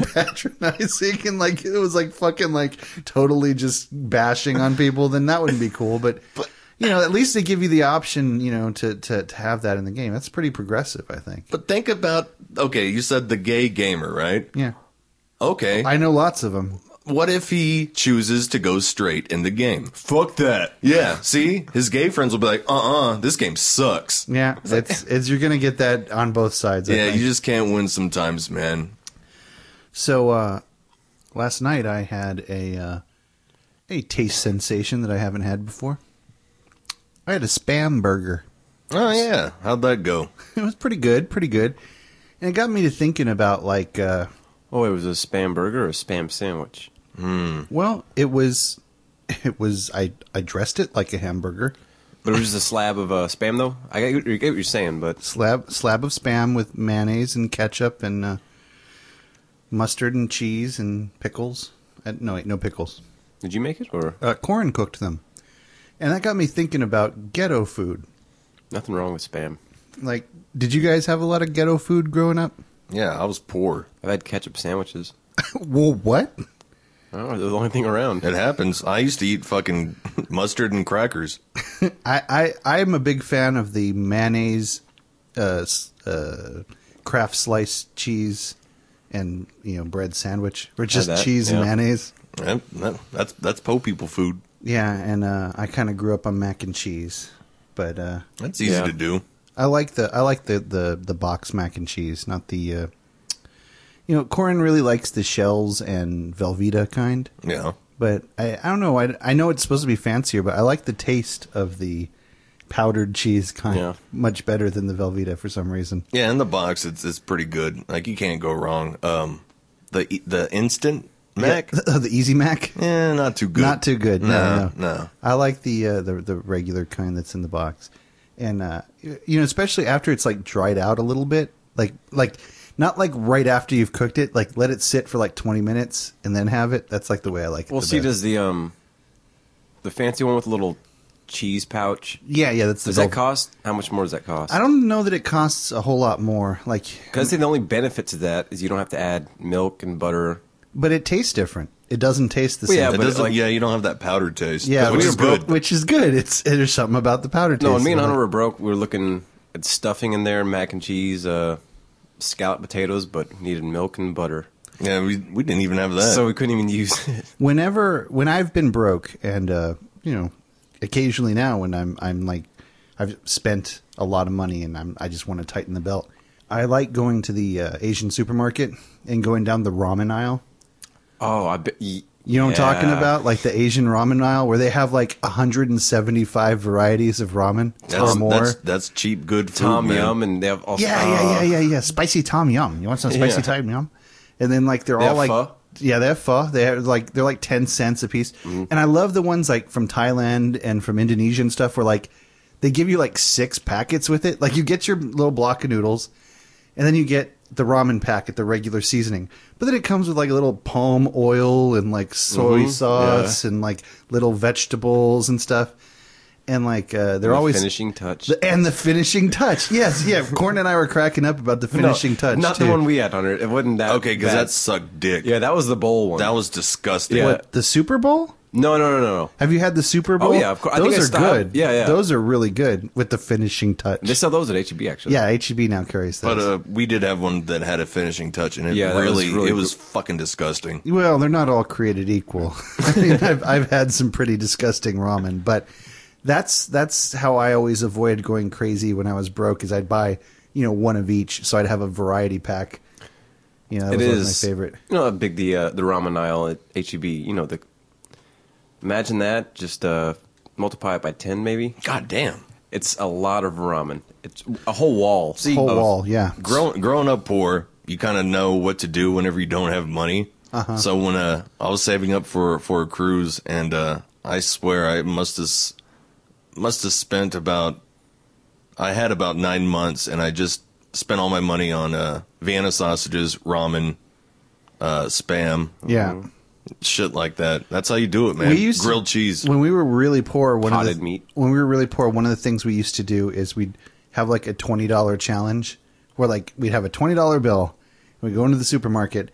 Speaker 2: patronizing, and like it was like fucking like totally just bashing on people. Then that wouldn't be cool, but. you know, at least they give you the option, you know, to, to, to have that in the game. That's pretty progressive, I think.
Speaker 3: but think about okay, you said the gay gamer, right?
Speaker 2: Yeah.
Speaker 3: Okay,
Speaker 2: I know lots of them.
Speaker 3: What if he chooses to go straight in the game?
Speaker 1: Fuck that.
Speaker 3: Yeah, see, his gay friends will be like, "Uh, uh this game sucks."
Speaker 2: Yeah, it's it's you're gonna get that on both sides. I
Speaker 3: Yeah,
Speaker 2: think.
Speaker 3: you just can't win sometimes, man.
Speaker 2: so uh, last night I had a uh, a taste sensation that I haven't had before. I had a spam burger.
Speaker 3: Oh yeah, how'd that go?
Speaker 2: It was pretty good, pretty good, and it got me to thinking about like, uh,
Speaker 1: Oh, it was a spam burger or a spam sandwich.
Speaker 2: well, it was it was I I dressed it like a hamburger
Speaker 1: But it was just a slab of uh, spam, though. I get, I get what you're saying, but
Speaker 2: slab slab of spam with mayonnaise and ketchup and uh, mustard and cheese and pickles. Uh, no, wait, no pickles.
Speaker 1: did you make it or
Speaker 2: uh, Corin cooked them, and that got me thinking about ghetto food.
Speaker 1: nothing wrong with spam?
Speaker 2: Like, did you guys have a lot of ghetto food growing up?
Speaker 3: Yeah, I was poor.
Speaker 1: I've had ketchup sandwiches.
Speaker 2: well, what?
Speaker 1: I don't know, they're the only thing around.
Speaker 3: It happens. I used to eat fucking mustard and crackers.
Speaker 2: I I I'm a big fan of the mayonnaise, uh, s- uh, craft slice cheese, and you know bread sandwich, or just
Speaker 1: that,
Speaker 2: cheese and
Speaker 1: yeah.
Speaker 2: mayonnaise.
Speaker 3: That- that- that's that's po people food.
Speaker 2: Yeah, and uh, I kind of grew up on mac and cheese, but uh,
Speaker 3: That's easy
Speaker 1: Yeah.
Speaker 3: to do.
Speaker 2: I like the I like the the the box mac and cheese, not the. Uh, you know, Corin really likes the shells and Velveeta kind.
Speaker 3: Yeah,
Speaker 2: but I, I don't know. I, I know it's supposed to be fancier, but I like the taste of the powdered cheese kind
Speaker 1: Yeah.
Speaker 2: much better than the Velveeta for some reason.
Speaker 3: yeah. In the box, it's it's pretty good. Like you can't go wrong. Um, the the instant mac,
Speaker 2: Yeah, Oh, the Easy Mac,
Speaker 3: eh, not too good.
Speaker 2: not too good. No,
Speaker 3: Nah,
Speaker 2: no,
Speaker 3: no.
Speaker 2: I like the uh, the the regular kind that's in the box, and uh, you know, especially after it's like dried out a little bit, like like not like right after you've cooked it. Like let it sit for like twenty minutes and then have it. That's like the way I like. it
Speaker 1: Well,
Speaker 2: the
Speaker 1: see,
Speaker 2: best.
Speaker 1: does the um the fancy one with a little cheese pouch.
Speaker 2: Yeah, yeah, that's the
Speaker 1: Does that
Speaker 2: Velvet-
Speaker 1: cost? How much more does that cost?
Speaker 2: I don't know that it costs a whole lot more. Like,
Speaker 1: Because the only benefit to that is you don't have to add milk and butter.
Speaker 2: but it tastes different. It doesn't taste the
Speaker 1: Well,
Speaker 2: same.
Speaker 1: yeah,
Speaker 3: It
Speaker 1: but
Speaker 3: doesn't.
Speaker 1: like-
Speaker 3: yeah, you don't have that powdered taste.
Speaker 2: Yeah,
Speaker 3: which
Speaker 2: we
Speaker 3: is
Speaker 2: were broke-
Speaker 3: good.
Speaker 2: Which is good. It's there's something about the powder taste.
Speaker 1: No, when me and
Speaker 2: that I
Speaker 1: Hunter
Speaker 2: like.
Speaker 1: were broke, we were looking at stuffing in there, mac and cheese, uh, scalloped potatoes, but needed milk and butter.
Speaker 3: Yeah, we we didn't even have that.
Speaker 1: So we couldn't even use it.
Speaker 2: whenever when I've been broke and uh, you know, occasionally now when I'm I'm like I've spent a lot of money and I'm I just want to tighten the belt. I like going to the uh, Asian supermarket and going down the ramen aisle.
Speaker 1: Oh, I bet. You
Speaker 2: You know what I'm talking about? Like the Asian ramen aisle where they have like 175 varieties of ramen
Speaker 3: that's,
Speaker 2: or more.
Speaker 3: That's, that's cheap, good food,
Speaker 1: Tom
Speaker 3: man.
Speaker 1: Yum, and they have also. uh,
Speaker 2: Yeah, yeah, yeah, yeah, yeah. Spicy tom yum. You want some spicy
Speaker 1: Yeah.
Speaker 2: tom yum? And then like they're
Speaker 1: They
Speaker 2: all
Speaker 1: have
Speaker 2: like,
Speaker 1: pho?
Speaker 2: yeah, they have pho. They have like they're like ten cents a piece.
Speaker 1: Mm.
Speaker 2: And I love the ones like from Thailand and from Indonesia and stuff where like they give you like six packets with it. Like you get your little block of noodles, and then you get the ramen packet, the regular seasoning. But then it comes with like a little palm oil and like
Speaker 1: Mm-hmm.
Speaker 2: soy sauce and like little vegetables and stuff. And like uh, they're
Speaker 1: The
Speaker 2: always
Speaker 1: finishing touch.
Speaker 2: the- and the finishing touch. Yes, yeah. Corn and I were cracking up about the
Speaker 1: No,
Speaker 2: finishing touch.
Speaker 1: Not
Speaker 2: too.
Speaker 1: the one we had, Hunter. It wasn't that.
Speaker 3: Okay, because
Speaker 1: that-
Speaker 3: that sucked dick.
Speaker 1: Yeah, that was the bowl one.
Speaker 3: that was disgusting.
Speaker 1: Yeah.
Speaker 2: What the Super Bowl?
Speaker 1: No, no, no, no, no.
Speaker 2: Have you had the Super Bowl?
Speaker 1: Oh, yeah, of course. I
Speaker 2: Those
Speaker 1: think I
Speaker 2: are
Speaker 1: still have-
Speaker 2: good.
Speaker 1: yeah, yeah.
Speaker 2: Those are really good with the finishing touch.
Speaker 1: They sell those at HEB actually.
Speaker 2: yeah, HEB now carries those.
Speaker 3: But uh, we did have one that had a finishing touch, and it
Speaker 1: Yeah, that was
Speaker 3: really,
Speaker 1: really
Speaker 3: it was
Speaker 1: gr-
Speaker 3: fucking disgusting.
Speaker 2: well, they're not all created equal. I mean, I've, I've had some pretty disgusting ramen, but that's that's how I always avoid going crazy when I was broke. Is I'd buy you know one of each, so I'd have a variety pack. You know, that
Speaker 1: it
Speaker 2: was
Speaker 1: is
Speaker 2: always my favorite.
Speaker 1: You know, how big the uh, the ramen aisle at HEB. You know, the imagine that just uh, multiply it by ten, maybe.
Speaker 3: God damn.
Speaker 1: It's a lot of ramen. It's a whole wall. See,
Speaker 2: Whole wall, yeah.
Speaker 3: Growing growing up poor, you kind of know what to do whenever you don't have money.
Speaker 2: Uh-huh.
Speaker 3: So when uh, I was saving up for for a cruise, and uh, I swear I must have s- must have spent about I had about nine months, and I just spent all my money on uh, Vienna sausages, ramen, uh, spam,
Speaker 2: Yeah.
Speaker 1: Mm-hmm.
Speaker 3: shit like that. That's how you do it, man.
Speaker 2: We used to-
Speaker 3: grilled cheese.
Speaker 2: when we were really poor one of
Speaker 1: Potted
Speaker 2: the,
Speaker 1: meat.
Speaker 2: when we were really poor one of the things we used to do is we'd have like a $20 challenge where like we'd have a $20 bill and we'd go into the supermarket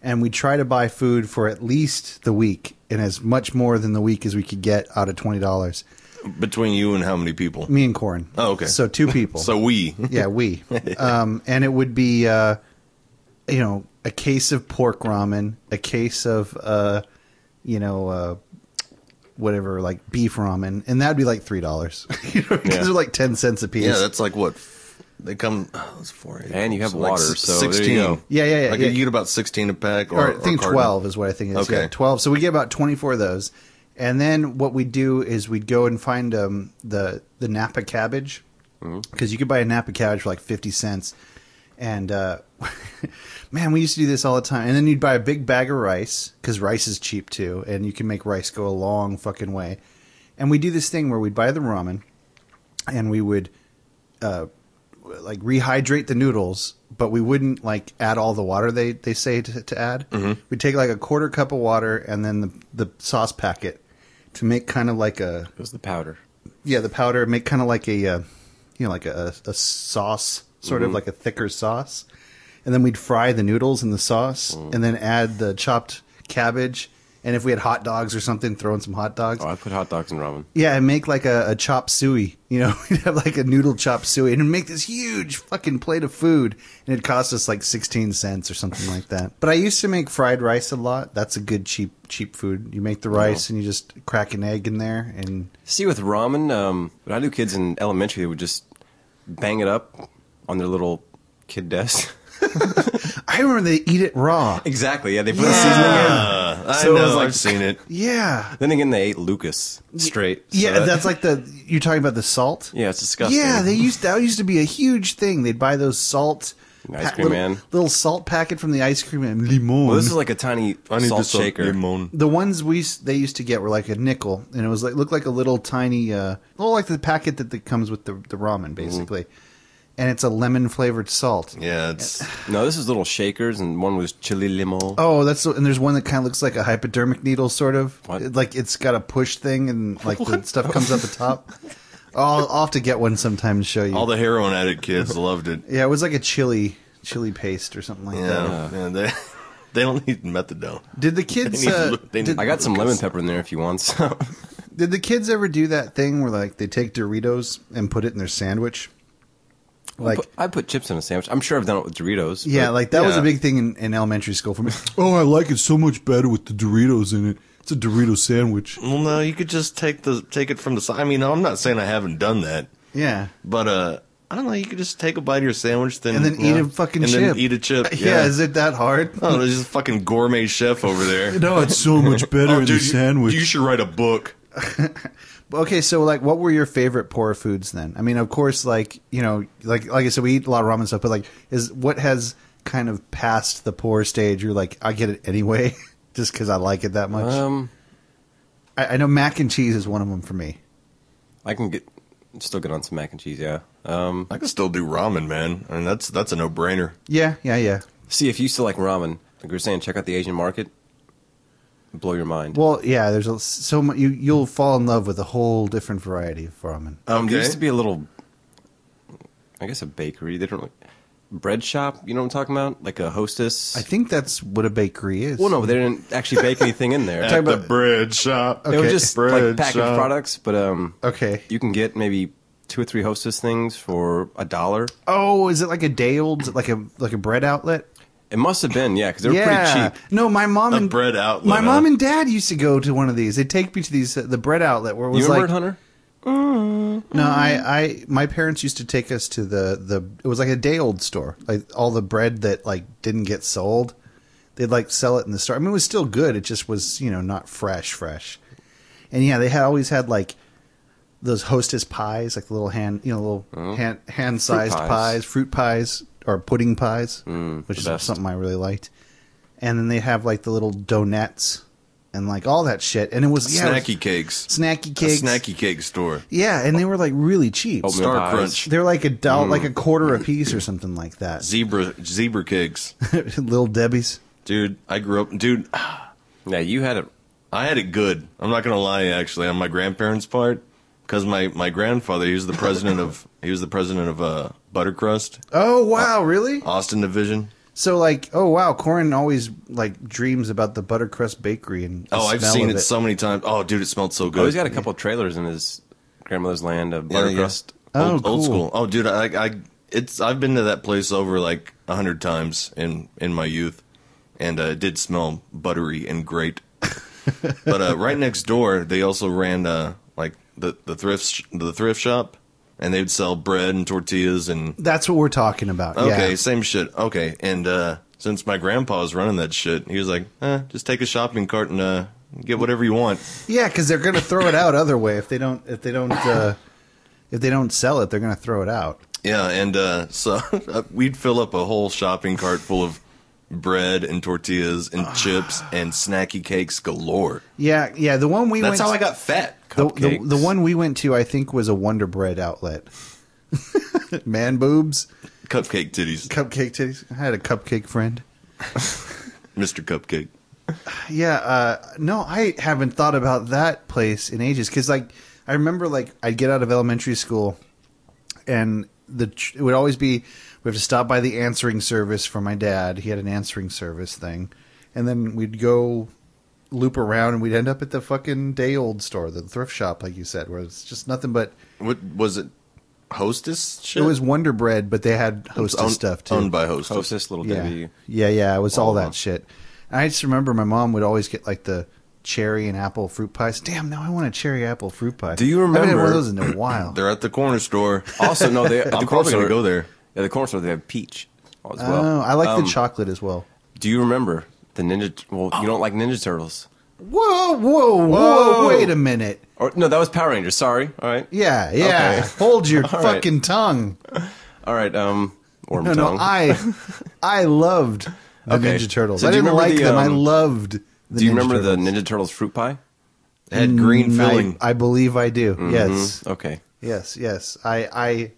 Speaker 2: and we'd try to buy food for at least the week and as much more than the week as we could get out of $20
Speaker 3: Between you and how many people?
Speaker 2: me and Corin.
Speaker 3: Oh, okay.
Speaker 2: so two people
Speaker 3: So we.
Speaker 2: yeah, we. Um, and it would be, uh, you know, a case of pork ramen, a case of, uh, you know, uh, whatever, like beef ramen, and that'd be like three dollars. you know, because
Speaker 1: Yeah.
Speaker 2: they're like ten cents a piece.
Speaker 3: Yeah, that's like what f- they come. Oh, it's four. eight,
Speaker 1: And you have
Speaker 3: like
Speaker 1: water,
Speaker 3: s-
Speaker 1: so there you go.
Speaker 2: Yeah, yeah, yeah,
Speaker 3: Like
Speaker 2: yeah.
Speaker 3: you get about sixteen a pack, or,
Speaker 2: or,
Speaker 3: or
Speaker 2: I think
Speaker 3: carton.
Speaker 2: twelve is what I think it is.
Speaker 3: Okay.
Speaker 2: Yeah, twelve. So we get about twenty four of those, and then what we do is we'd go and find um, the the Napa cabbage because you could buy a Napa cabbage for like fifty cents, and uh, man, we used to do this all the time. And then you'd buy a big bag of rice because rice is cheap too, and you can make rice go a long fucking way. And we do this thing where we'd buy the ramen, and we would like rehydrate the noodles, but we wouldn't like add all the water they they say to, to add. We'd take like a quarter cup of water and then the the sauce packet to make kind of like a
Speaker 1: it was the powder.
Speaker 2: yeah the powder make kind of like a uh, you know like a, a sauce sort of like a thicker sauce, and then we'd fry the noodles in the sauce and then add the chopped cabbage. And if we had hot dogs or something, throw in some hot dogs.
Speaker 1: Oh, I put hot dogs in ramen.
Speaker 2: Yeah, and make like a, a chop suey. You know, we'd have like a noodle chop suey and it'd make this huge fucking plate of food. And it cost us like 16 cents or something like that. But I used to make fried rice a lot. That's a good, cheap, cheap food. You make the rice and you just crack an egg in there. And
Speaker 1: See, with ramen, um, when I knew kids in elementary, they would just bang it up on their little kid desk.
Speaker 2: I remember they eat it raw.
Speaker 1: exactly. Yeah, they put the seasoning in.
Speaker 3: Uh, I
Speaker 1: So it was
Speaker 3: know.
Speaker 1: like-
Speaker 3: I've seen it.
Speaker 2: Yeah.
Speaker 1: Then again, they ate Lucas straight. so
Speaker 2: Yeah,
Speaker 1: that-
Speaker 2: that's like the, you're talking about the salt?
Speaker 1: yeah, it's disgusting.
Speaker 2: Yeah, they used that used to be a huge thing. They'd buy those salt
Speaker 1: Ice cream
Speaker 2: little,
Speaker 1: man.
Speaker 2: little salt packet from the ice cream and limon.
Speaker 1: Well, this is like a tiny
Speaker 3: I need
Speaker 1: salt
Speaker 3: the salt
Speaker 1: shaker.
Speaker 3: limon.
Speaker 2: the ones we s- they used to get were like a nickel, and it
Speaker 3: Mm-hmm.
Speaker 2: was like looked like a little tiny, uh, well, like the packet that, that comes with the the ramen, basically. and it's a lemon flavored salt.
Speaker 3: Yeah, it's
Speaker 1: No, this is little shakers, and one was chili limo.
Speaker 2: Oh, that's the- and there's one that kind of looks like a hypodermic needle, sort of.
Speaker 1: What?
Speaker 2: It- Like it's got a push thing, and like the stuff comes out the top. I'll, I'll have to get one sometime to show you.
Speaker 3: all the heroin addict kids loved it.
Speaker 2: yeah, it was like a chili chili paste or something like that.
Speaker 3: Yeah, man, they they don't need methadone.
Speaker 2: Did the kids?
Speaker 3: need
Speaker 2: uh,
Speaker 3: lu- they need-
Speaker 2: did,
Speaker 1: I got some lemon pepper in there if you want some.
Speaker 2: did the kids ever do that thing where like they take Doritos and put it in their sandwich? Like
Speaker 1: But I put chips in a sandwich. I'm sure I've done it with Doritos.
Speaker 2: Yeah,
Speaker 1: but-
Speaker 2: like that was a
Speaker 3: yeah.
Speaker 2: big thing in, in elementary school for me.
Speaker 7: Oh, I like it so much better with the Doritos in it. It's a Dorito sandwich.
Speaker 3: Well, no, you could just take the take it from the side. I mean, I'm not saying I haven't done that,
Speaker 2: Yeah.
Speaker 3: but uh, I don't know. You could just take a bite of your sandwich, then
Speaker 2: And then
Speaker 3: you
Speaker 2: eat
Speaker 3: know,
Speaker 2: a fucking
Speaker 3: and
Speaker 2: chip.
Speaker 3: then eat a chip.
Speaker 2: Yeah,
Speaker 3: Yeah,
Speaker 2: is it that hard?
Speaker 3: oh, there's just a fucking gourmet chef over there.
Speaker 7: No, it's so much better
Speaker 3: oh,
Speaker 7: in
Speaker 3: dude, you-
Speaker 7: the sandwich.
Speaker 3: You, should write a book.
Speaker 2: Okay, so like what were your favorite poor foods then? I mean, of course like, you know, like like I said we eat a lot of ramen stuff, but like is what has kind of passed the poor stage? You're like, I get it anyway just cuz I like it that much.
Speaker 1: Um,
Speaker 2: I, I know mac and cheese is one of them for me.
Speaker 1: I can get still get on some mac and cheese. Yeah. Um,
Speaker 3: I can still do ramen, man. I mean, that's that's a no brainer.
Speaker 2: Yeah, yeah, yeah.
Speaker 1: see if you still like ramen. Like we are saying, check out the Asian market. Blow your mind.
Speaker 2: Well, yeah, there's a, so much you you'll fall in love with a whole different variety of ramen.
Speaker 1: Um, There
Speaker 3: Okay.
Speaker 1: used to be a little, I guess, a bakery. They don't really, bread shop. You know what I'm talking about? Like a hostess.
Speaker 2: I think that's what a bakery is.
Speaker 1: well, no, but they didn't actually bake anything in there.
Speaker 3: At the
Speaker 2: about-
Speaker 3: bread shop.
Speaker 1: They were just like
Speaker 3: Bread
Speaker 1: packaged
Speaker 3: shop.
Speaker 1: products, but um,
Speaker 2: Okay.
Speaker 1: you can get maybe two or three hostess things for a dollar.
Speaker 2: Oh, is it like a day old, like a like a bread outlet?
Speaker 1: It must have been, yeah, because they were pretty cheap.
Speaker 2: No, my mom
Speaker 3: A
Speaker 2: and
Speaker 3: bread outlet,
Speaker 2: My
Speaker 3: huh?
Speaker 2: mom and dad used to go to one of these. They'd take me to these uh, the bread outlet where it
Speaker 1: You
Speaker 2: was
Speaker 1: remember
Speaker 2: like
Speaker 1: it, Hunter?
Speaker 2: no, I
Speaker 3: Mm-hmm.
Speaker 2: I my parents used to take us to the the it was like a day old store, like all the bread that like didn't get sold. They'd like sell it in the store. I mean, it was still good. It just was you know not fresh, fresh. And yeah, they had always had like those hostess pies, like the little hand you know little
Speaker 3: Oh.
Speaker 2: hand hand sized
Speaker 1: pies.
Speaker 2: pies. fruit pies or pudding pies,
Speaker 3: Mm,
Speaker 2: which is
Speaker 1: best.
Speaker 2: something I really liked. And then they have like the little donuts and like all that shit. And it was yeah, it was
Speaker 3: Snacky cakes.
Speaker 2: snacky
Speaker 3: A
Speaker 2: cakes,
Speaker 3: snacky Oh, cake store.
Speaker 2: yeah, and they were like really cheap.
Speaker 1: Oatmeal
Speaker 3: Star
Speaker 1: pies.
Speaker 3: Crunch.
Speaker 2: They're like a
Speaker 3: Hmm.
Speaker 2: dollar, like a quarter a piece or something like that.
Speaker 3: Zebra zebra cakes.
Speaker 2: Little Debbie's.
Speaker 3: Dude, I grew up dude,
Speaker 1: Yeah, you had it.
Speaker 3: I had it good. I'm not gonna lie, actually, on my grandparents' part, because my my grandfather, he was the president of he was the president of uh, Buttercrust
Speaker 2: Oh wow, really?
Speaker 3: Austin Division.
Speaker 2: So like, oh wow, Corin always like dreams about the Buttercrust Bakery and the
Speaker 3: Oh, I've
Speaker 2: smell
Speaker 3: seen
Speaker 2: of
Speaker 3: it. so many times. Oh, dude, it smelled so good.
Speaker 1: Oh, he's got a couple of trailers in his grandmother's land of
Speaker 3: Yeah, yeah.
Speaker 1: buttercrust.
Speaker 2: Oh,
Speaker 3: old, old
Speaker 2: cool.
Speaker 3: school. Oh, dude, I, I it's I've been to that place over like a hundred times in in my youth, and uh, it did smell buttery and great. but uh, right next door, they also ran uh, like the the thrift sh- the thrift shop, and they'd sell bread and tortillas and
Speaker 2: That's what we're talking about.
Speaker 3: Okay,
Speaker 2: Yeah.
Speaker 3: same shit. Okay, and uh, since my grandpa was running that shit, he was like, eh, just take a shopping cart and uh, get whatever you want.
Speaker 2: Yeah, because they're gonna throw it out other way if they don't if they don't uh, if they don't sell it, they're gonna throw it out.
Speaker 3: Yeah, and uh, so we'd fill up a whole shopping cart full of bread and tortillas
Speaker 2: Ah.
Speaker 3: and chips and snacky cakes galore.
Speaker 2: Yeah, yeah. The one we went
Speaker 3: That's how I got fat.
Speaker 2: the, the,
Speaker 1: cupcakes.
Speaker 2: the one we went to, I think, was a Wonder Bread outlet. Man boobs,
Speaker 3: Cupcake titties,
Speaker 2: cupcake titties. I had a cupcake friend.
Speaker 3: Mr. Cupcake.
Speaker 2: Yeah, uh, no, I haven't thought about that place in ages because, like, I remember like I'd get out of elementary school, and the tr- it would always be we have to stop by the answering service for my dad. He had an answering service thing, and then we'd go loop around, and we'd end up at the fucking day old store, the thrift shop, like you said, where it's just nothing but
Speaker 3: What was it? Hostess shit.
Speaker 2: it was Wonder Bread, but they had
Speaker 3: It's
Speaker 2: hostess
Speaker 3: owned-
Speaker 2: stuff too.
Speaker 3: Owned by hostess.
Speaker 1: Hostess, little
Speaker 2: yeah.
Speaker 1: Debbie.
Speaker 2: Yeah, yeah, it was all
Speaker 1: Uh-huh.
Speaker 2: that shit. And I just remember my mom would always get like the cherry and apple fruit pies. Damn, now I want a cherry apple fruit pie.
Speaker 1: Do you
Speaker 2: I haven't had one
Speaker 1: remember-
Speaker 2: of those in a while.
Speaker 3: They're at the corner store.
Speaker 1: Also, no, they. at the
Speaker 3: I'm probably
Speaker 1: corner store-
Speaker 3: gonna go there.
Speaker 1: Yeah, the corner store they have peach as
Speaker 2: oh,
Speaker 1: well.
Speaker 2: I like
Speaker 1: Um,
Speaker 2: the chocolate as well.
Speaker 1: Do you remember the ninja? Well, you don't like Ninja Turtles,
Speaker 2: Whoa, whoa, whoa, Wait a minute.
Speaker 1: or no? That was Power Rangers. Sorry. All right.
Speaker 2: Yeah, yeah.
Speaker 1: Okay.
Speaker 2: Hold your
Speaker 1: All right.
Speaker 2: fucking tongue.
Speaker 1: All right. Um, Worm
Speaker 2: No,
Speaker 1: tongue.
Speaker 2: no, I, I loved the
Speaker 1: Okay.
Speaker 2: Ninja Turtles.
Speaker 1: So
Speaker 2: I
Speaker 1: do you
Speaker 2: didn't
Speaker 1: remember
Speaker 2: like
Speaker 1: the,
Speaker 2: them. I
Speaker 1: um,
Speaker 2: loved. The
Speaker 1: Do you remember
Speaker 2: Turtles.
Speaker 1: the Ninja Turtles fruit pie?
Speaker 3: It had green
Speaker 2: Mm, I-
Speaker 3: filling.
Speaker 1: Mm-hmm. Mm,
Speaker 2: I, believe I do. Yes.
Speaker 1: Okay.
Speaker 2: Yes, yes. I I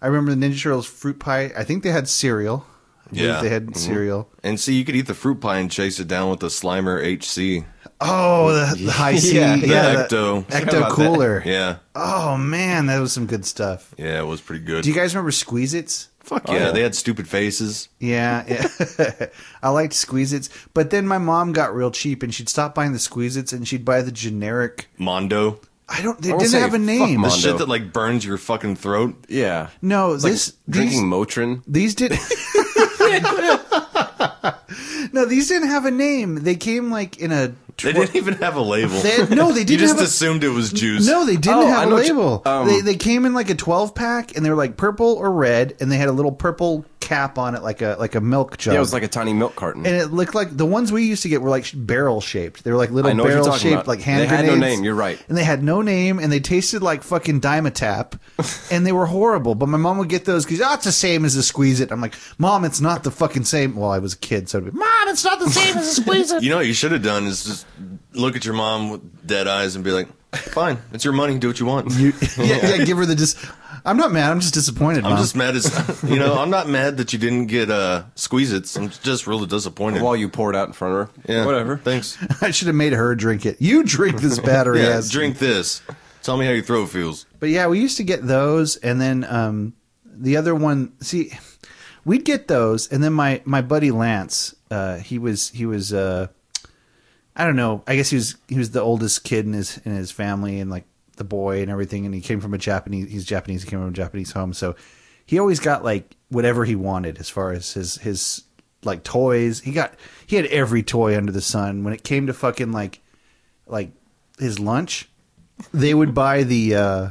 Speaker 2: I remember the Ninja Turtles fruit pie. I think they had cereal. I believe
Speaker 3: Yeah.
Speaker 2: they had cereal.
Speaker 3: And see, you could eat the fruit pie and chase it down with the Slimer HC.
Speaker 2: Oh, the, the high C, yeah,
Speaker 3: the
Speaker 2: yeah, the
Speaker 3: Ecto.
Speaker 2: Ecto Cooler.
Speaker 3: Yeah,
Speaker 2: Oh man, that was some good stuff.
Speaker 3: yeah, it was pretty good.
Speaker 2: Do you guys remember Squeeze Its?
Speaker 3: Fuck yeah, they had stupid faces.
Speaker 2: Yeah, yeah. I liked Squeeze Its, but then my mom got real cheap, and she'd stop buying the Squeeze Its, and she'd buy the generic.
Speaker 3: Mondo,
Speaker 2: I don't. They
Speaker 1: I won't
Speaker 2: didn't
Speaker 1: say
Speaker 2: have a
Speaker 1: fuck
Speaker 2: name.
Speaker 3: the
Speaker 1: Mondo.
Speaker 3: shit that like burns your fucking throat.
Speaker 1: Yeah.
Speaker 2: No,
Speaker 1: like
Speaker 2: this
Speaker 1: drinking
Speaker 2: these,
Speaker 1: Motrin.
Speaker 2: these did. no, these didn't have a name. They came like in a.
Speaker 3: They didn't even have a label.
Speaker 2: They had- no, they
Speaker 3: you
Speaker 2: didn't
Speaker 3: just
Speaker 2: have a-
Speaker 3: assumed it was juice.
Speaker 2: No, they didn't
Speaker 1: Oh, I
Speaker 2: have a
Speaker 1: know what you-
Speaker 2: label.
Speaker 1: um,
Speaker 2: they they came in like a twelve pack, and they were like purple or red, and they had a little purple cap on it, like a like a milk jug.
Speaker 1: Yeah, it was like a tiny milk carton.
Speaker 2: and it looked like the ones we used to get were like barrel shaped. They were like little
Speaker 1: I know what you're
Speaker 2: barrel
Speaker 1: talking
Speaker 2: shaped,
Speaker 1: about.
Speaker 2: like hand
Speaker 1: They had
Speaker 2: grenades.
Speaker 1: no name, you're right.
Speaker 2: And they had no name, and they tasted like fucking Dimetap, and they were horrible. But my mom would get those because oh, it's the same as a squeeze it. I'm like, mom, it's not the fucking same. Well, I was a kid, so I'd be, mom, it's not the same as a squeeze it.
Speaker 3: You know what you should have done is just look at your mom with dead eyes and be like, "Fine, it's your money. Do what you want."
Speaker 2: yeah, yeah, give her the dis. I'm not mad. I'm just disappointed.
Speaker 3: I'm
Speaker 2: Mom.
Speaker 3: just mad as you know. I'm not mad that you didn't get uh squeeze it. I'm just really disappointed.
Speaker 1: While you poured out in front of her.
Speaker 3: yeah,
Speaker 1: Whatever.
Speaker 3: Thanks.
Speaker 2: I should have made her drink it. You drink this battery
Speaker 3: Yeah,
Speaker 2: ass.
Speaker 3: drink this. Tell me how your throat feels.
Speaker 2: But yeah, we used to get those, and then um, the other one. See, we'd get those, and then my my buddy Lance, uh, he was he was uh, I don't know. I guess he was he was the oldest kid in his in his family, and like the boy and everything. And he came from a Japanese. He's Japanese. He came from a Japanese home, so he always got like whatever he wanted as far as his his like toys. He got he had every toy under the sun. When it came to fucking like like his lunch, they would buy the uh,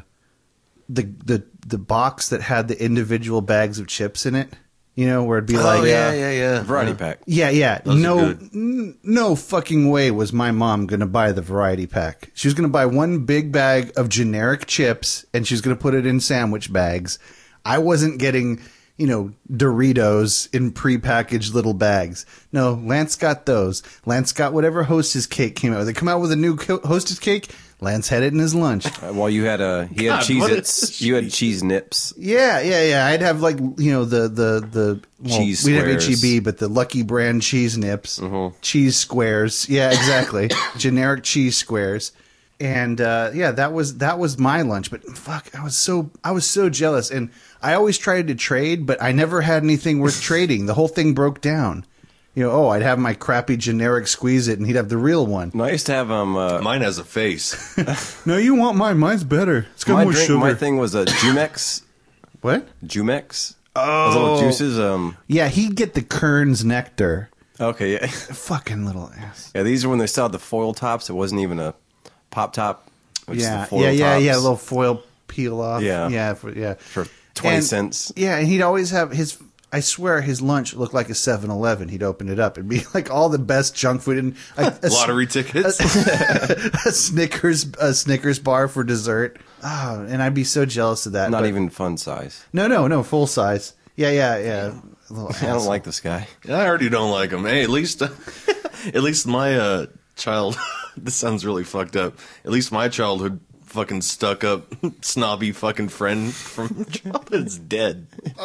Speaker 2: the the the box that had the individual bags of chips in it. You know, where it'd be like, uh,
Speaker 3: Oh, yeah.
Speaker 1: Variety pack.
Speaker 2: yeah, yeah.
Speaker 3: are
Speaker 2: No,
Speaker 3: good.
Speaker 2: n- no fucking way was my mom gonna buy the variety pack. She was gonna buy one big bag of generic chips, and she was gonna put it in sandwich bags. I wasn't getting, you know, Doritos in prepackaged little bags. No, Lance got those. Lance got whatever Hostess cake came out. with. They come out with a new co- Hostess cake. Lance had it in his lunch.
Speaker 1: Uh, While you had a he had
Speaker 3: God,
Speaker 1: cheese
Speaker 3: what a
Speaker 1: its you had cheese nips.
Speaker 2: Yeah, yeah, yeah. I'd have like you know the the the well,
Speaker 1: Cheese
Speaker 2: We didn't have
Speaker 1: squares. Mm-hmm.
Speaker 2: HEB, but the Lucky Brand cheese nips, cheese squares. Yeah, exactly. Generic cheese squares, and uh, yeah, that was that was my lunch. But fuck, I was so I was so jealous, and I always tried to trade, but I never had anything worth trading. The whole thing broke down. You know, oh, I'd have my crappy generic squeeze it, and he'd have the real one.
Speaker 1: No, I used to have um uh,
Speaker 3: Mine has a face.
Speaker 7: No, you want mine. Mine's better. It's got
Speaker 1: my
Speaker 7: more
Speaker 1: drink
Speaker 7: sugar.
Speaker 1: my thing was a Jumex
Speaker 2: What?
Speaker 1: Jumex. Oh those little juices. Um
Speaker 2: Yeah, he'd get the Kern's nectar.
Speaker 1: okay, yeah.
Speaker 2: Fucking little ass.
Speaker 1: Yeah, these are when they still had the foil tops. It wasn't even a pop top. It was just
Speaker 2: yeah,
Speaker 1: the foil
Speaker 2: yeah, yeah,
Speaker 1: tops.
Speaker 2: yeah. A little foil peel off.
Speaker 1: Yeah.
Speaker 2: yeah, for, yeah.
Speaker 1: for twenty
Speaker 2: And-
Speaker 1: cents.
Speaker 2: Yeah, and he'd always have his. I swear, his lunch looked like a 7-Eleven. He'd open it up and be like all the best junk food and like, a,
Speaker 3: Lottery tickets.
Speaker 2: a Snickers, a Snickers bar for dessert. Oh, and I'd be so jealous of that.
Speaker 1: Not
Speaker 2: but-
Speaker 1: even fun size.
Speaker 2: No, no, no, full size. Yeah, yeah, yeah. A little
Speaker 1: I don't
Speaker 2: asshole.
Speaker 1: like this guy.
Speaker 3: I already don't like them. Hey, at least, at least my uh, child. this sounds really fucked up. At least my childhood fucking stuck up snobby fucking friend from childhood is dead.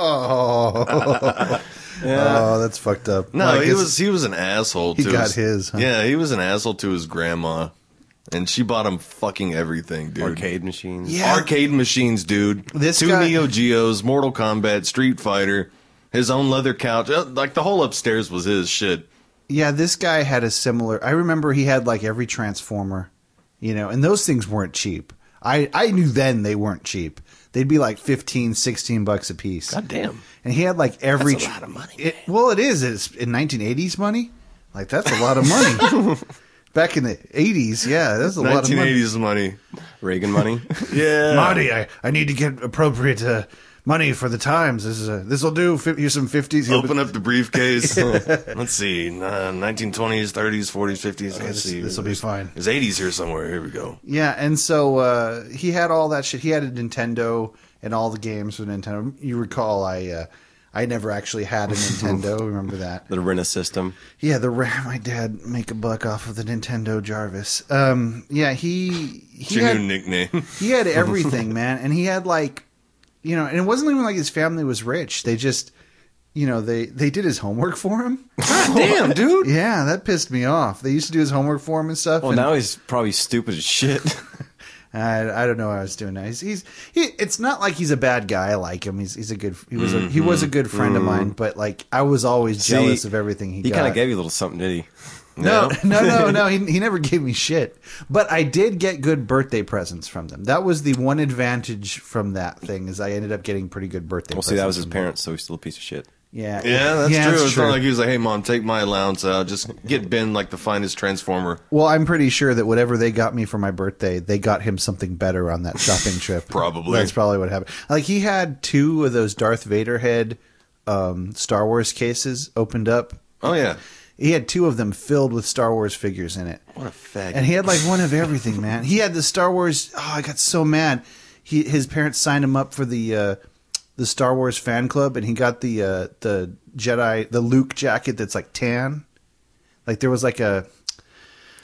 Speaker 2: Oh, that's fucked up.
Speaker 3: No,
Speaker 2: Like,
Speaker 3: he
Speaker 2: it's-
Speaker 3: was he was an asshole.
Speaker 2: He
Speaker 3: to
Speaker 2: got his, huh?
Speaker 3: Yeah, he was an asshole to his grandma, and she bought him fucking everything, dude.
Speaker 1: Arcade machines.
Speaker 2: Yeah.
Speaker 3: Arcade machines, dude.
Speaker 2: This
Speaker 3: Two
Speaker 2: guy-
Speaker 3: Neo Geos, Mortal Kombat, Street Fighter, his own leather couch. Uh, Like the whole upstairs was his shit.
Speaker 2: Yeah, this guy had a similar. I remember he had like every transformer, you know, and those things weren't cheap. I I knew then they weren't cheap. They'd be like 15, 16 bucks a piece. God
Speaker 3: damn.
Speaker 2: And he had like every
Speaker 3: That's a lot of money,
Speaker 2: it- well, it is. It's in 1980s money. Like that's a lot of money. Back in the 80s, yeah, that's a lot of money.
Speaker 3: 1980s money.
Speaker 1: Reagan money.
Speaker 3: Yeah.
Speaker 2: Marty, I, I need to get appropriate uh, money for the times. This is a, this will do. Fi- Here's some 50s. He'll be-
Speaker 3: Open up the briefcase. Let's see. Uh, 1920s, 30s, 40s, 50s. Let's
Speaker 2: Oh, this-
Speaker 3: see.
Speaker 2: this'll be fine.
Speaker 3: There's 80s here somewhere. Here we go.
Speaker 2: Yeah, and so uh, he had all that shit. He had a Nintendo and all the games for Nintendo. You recall, I uh, I never actually had a Nintendo. remember that?
Speaker 1: the Rena system.
Speaker 2: Yeah, the RAM. My dad make a buck off of the Nintendo Jarvis. Um, yeah, he he
Speaker 3: It's your
Speaker 2: had,
Speaker 3: new nickname.
Speaker 2: he had everything, man, and he had like you know, and it wasn't even like his family was rich. They just, you know, they they did his homework for him.
Speaker 3: Damn, dude.
Speaker 2: yeah, that pissed me off. They used to do his homework for him and stuff.
Speaker 1: Well,
Speaker 2: and
Speaker 1: now he's probably stupid as shit.
Speaker 2: I, I don't know what I was doing. Now. He's, he's he. It's not like he's a bad guy. I like him. He's he's a good. He was a, he was a good friend of mine. But like I was always jealous of everything he.
Speaker 1: Mm-hmm. he kind
Speaker 2: got.
Speaker 1: of gave you a little something, did he?
Speaker 2: No, no, no, no. He, he never gave me shit. But I did get good birthday presents from them. That was the one advantage from that thing is I ended up getting pretty good birthday.
Speaker 1: Well,
Speaker 2: presents
Speaker 1: see, that was his
Speaker 2: from
Speaker 1: parents, so he's still a piece of shit.
Speaker 2: them. Yeah,
Speaker 3: Yeah, that's true. It's not like he was like, "Hey, mom, take my allowance out. Just get Ben like the finest transformer."
Speaker 2: well, I'm pretty sure that whatever they got me for my birthday, they got him something better on that shopping trip.
Speaker 3: Probably.
Speaker 2: that's probably what happened. Like he had two of those Darth Vader head um, Star Wars cases opened up.
Speaker 3: Oh yeah,
Speaker 2: He had two of them filled with Star Wars figures in it.
Speaker 3: what a fag.
Speaker 2: And he had like one of everything, man. He had the Star Wars. Oh, I got so mad. He his parents signed him up for the uh, the Star Wars fan club, and he got the uh, the Jedi the Luke jacket that's like tan. Like there was like a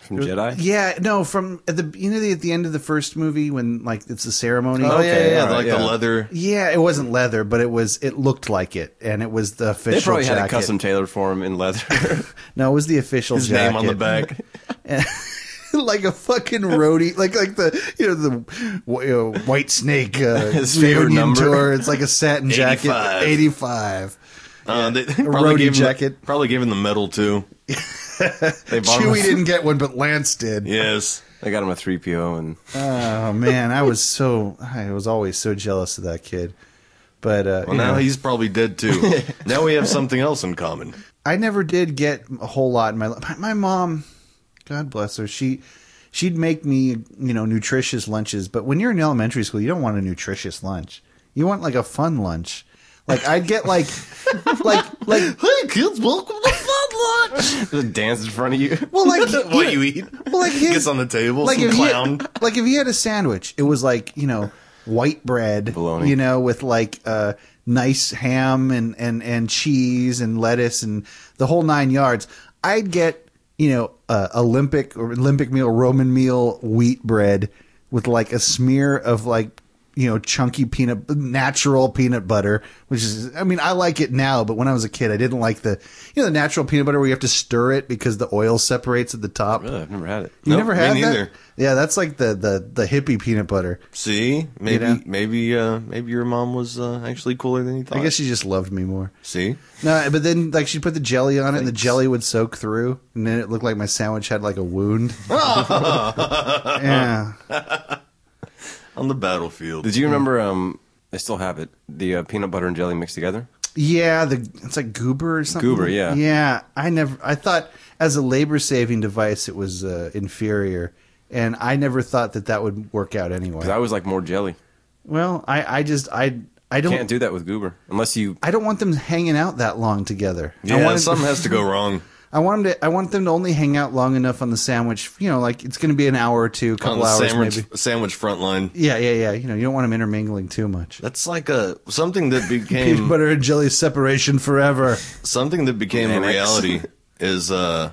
Speaker 1: From Jedi?
Speaker 2: yeah no from at the you know the, at the end of the first movie when like it's the ceremony.
Speaker 3: oh yeah, yeah,
Speaker 1: all right,
Speaker 3: like the
Speaker 1: yeah.
Speaker 3: leather.
Speaker 2: Yeah, it wasn't leather, but it was it looked like it, and it was the official.
Speaker 1: They probably
Speaker 2: jacket.
Speaker 1: had a custom tailored for him in leather.
Speaker 2: No, it was the official
Speaker 3: His
Speaker 2: jacket.
Speaker 3: name on the back.
Speaker 2: like a fucking roadie, like like the you know the wh- you know, white snake uh,
Speaker 1: His favorite
Speaker 2: reunion
Speaker 1: number.
Speaker 2: tour. It's like a satin jacket,
Speaker 3: 85.
Speaker 2: eighty five.
Speaker 3: Uh, they, they
Speaker 2: roadie
Speaker 3: probably gave him
Speaker 2: jacket.
Speaker 3: The, probably gave him the medal too.
Speaker 1: They bought him.
Speaker 2: Chewy
Speaker 1: A,
Speaker 2: didn't get one, but Lance did.
Speaker 3: Yes.
Speaker 1: they got him a three PO, and
Speaker 2: Oh man, I was so I was always so jealous of that kid. But uh,
Speaker 3: Well,
Speaker 2: you
Speaker 3: now
Speaker 2: know,
Speaker 3: he's probably dead too. now we have something else in common.
Speaker 2: I never did get a whole lot in my life. My, my mom, God bless her, she she'd make me you know nutritious lunches. But when you're in elementary school, you don't want a nutritious lunch. You want like a fun lunch. Like I'd get like like like
Speaker 3: Hey kids, welcome to Fun Lunch.
Speaker 1: just dance in front of you.
Speaker 2: well like
Speaker 3: what you eat?
Speaker 2: well like his,
Speaker 3: Gets on the table.
Speaker 2: like
Speaker 3: some
Speaker 2: if
Speaker 3: clown.
Speaker 2: He, like if he had a sandwich, it was like you know white bread,
Speaker 1: Bologna.
Speaker 2: you know, with like uh, nice ham and and and cheese and lettuce and the whole nine yards. I'd get you know uh, Olympic or Olympic meal, Roman meal, wheat bread with like a smear of like you know chunky peanut natural peanut butter which is i mean i like it now but when i was a kid i didn't like the you know the natural peanut butter where you have to stir it because the oil separates at the top
Speaker 1: Really, I've never had it.
Speaker 2: you
Speaker 3: Nope,
Speaker 2: never
Speaker 3: me
Speaker 2: had that?
Speaker 3: neither.
Speaker 2: Yeah, that's like the, the, the hippie peanut butter.
Speaker 3: See, maybe,
Speaker 2: know?
Speaker 3: maybe, uh, maybe your mom was uh, actually cooler than you thought.
Speaker 2: I guess she just loved me more.
Speaker 3: See,
Speaker 2: No, but then like she'd put the jelly on it, and the jelly would soak through, and then it looked like my sandwich had like a wound. yeah,
Speaker 3: on the battlefield.
Speaker 1: Did you remember? Um, I still have it. The uh, peanut butter and jelly mixed together.
Speaker 2: yeah. The it's like goober or something.
Speaker 1: Goober, yeah.
Speaker 2: yeah. I never. I thought as a labor saving device, it was uh, inferior, and I never thought that that would work out anyway.
Speaker 1: 'Cause I was like more jelly.
Speaker 2: well, I I just I I don't
Speaker 1: Can't do that with Goober unless you.
Speaker 2: I don't want them hanging out that long together. I
Speaker 3: yeah,
Speaker 2: wanted-
Speaker 3: something has to go wrong
Speaker 2: I want 'em to. I want them to only hang out long enough on the sandwich. You know, like it's going to be an hour or two, a
Speaker 3: on
Speaker 2: couple
Speaker 3: the
Speaker 2: hours
Speaker 3: sandwich
Speaker 2: maybe.
Speaker 3: sandwich front line.
Speaker 2: Yeah, yeah, yeah. You know, you don't want them intermingling too much.
Speaker 3: That's like a something that
Speaker 2: Peanut
Speaker 3: became
Speaker 2: butter and jelly separation forever.
Speaker 3: something that became a
Speaker 1: Annex.
Speaker 3: reality is uh,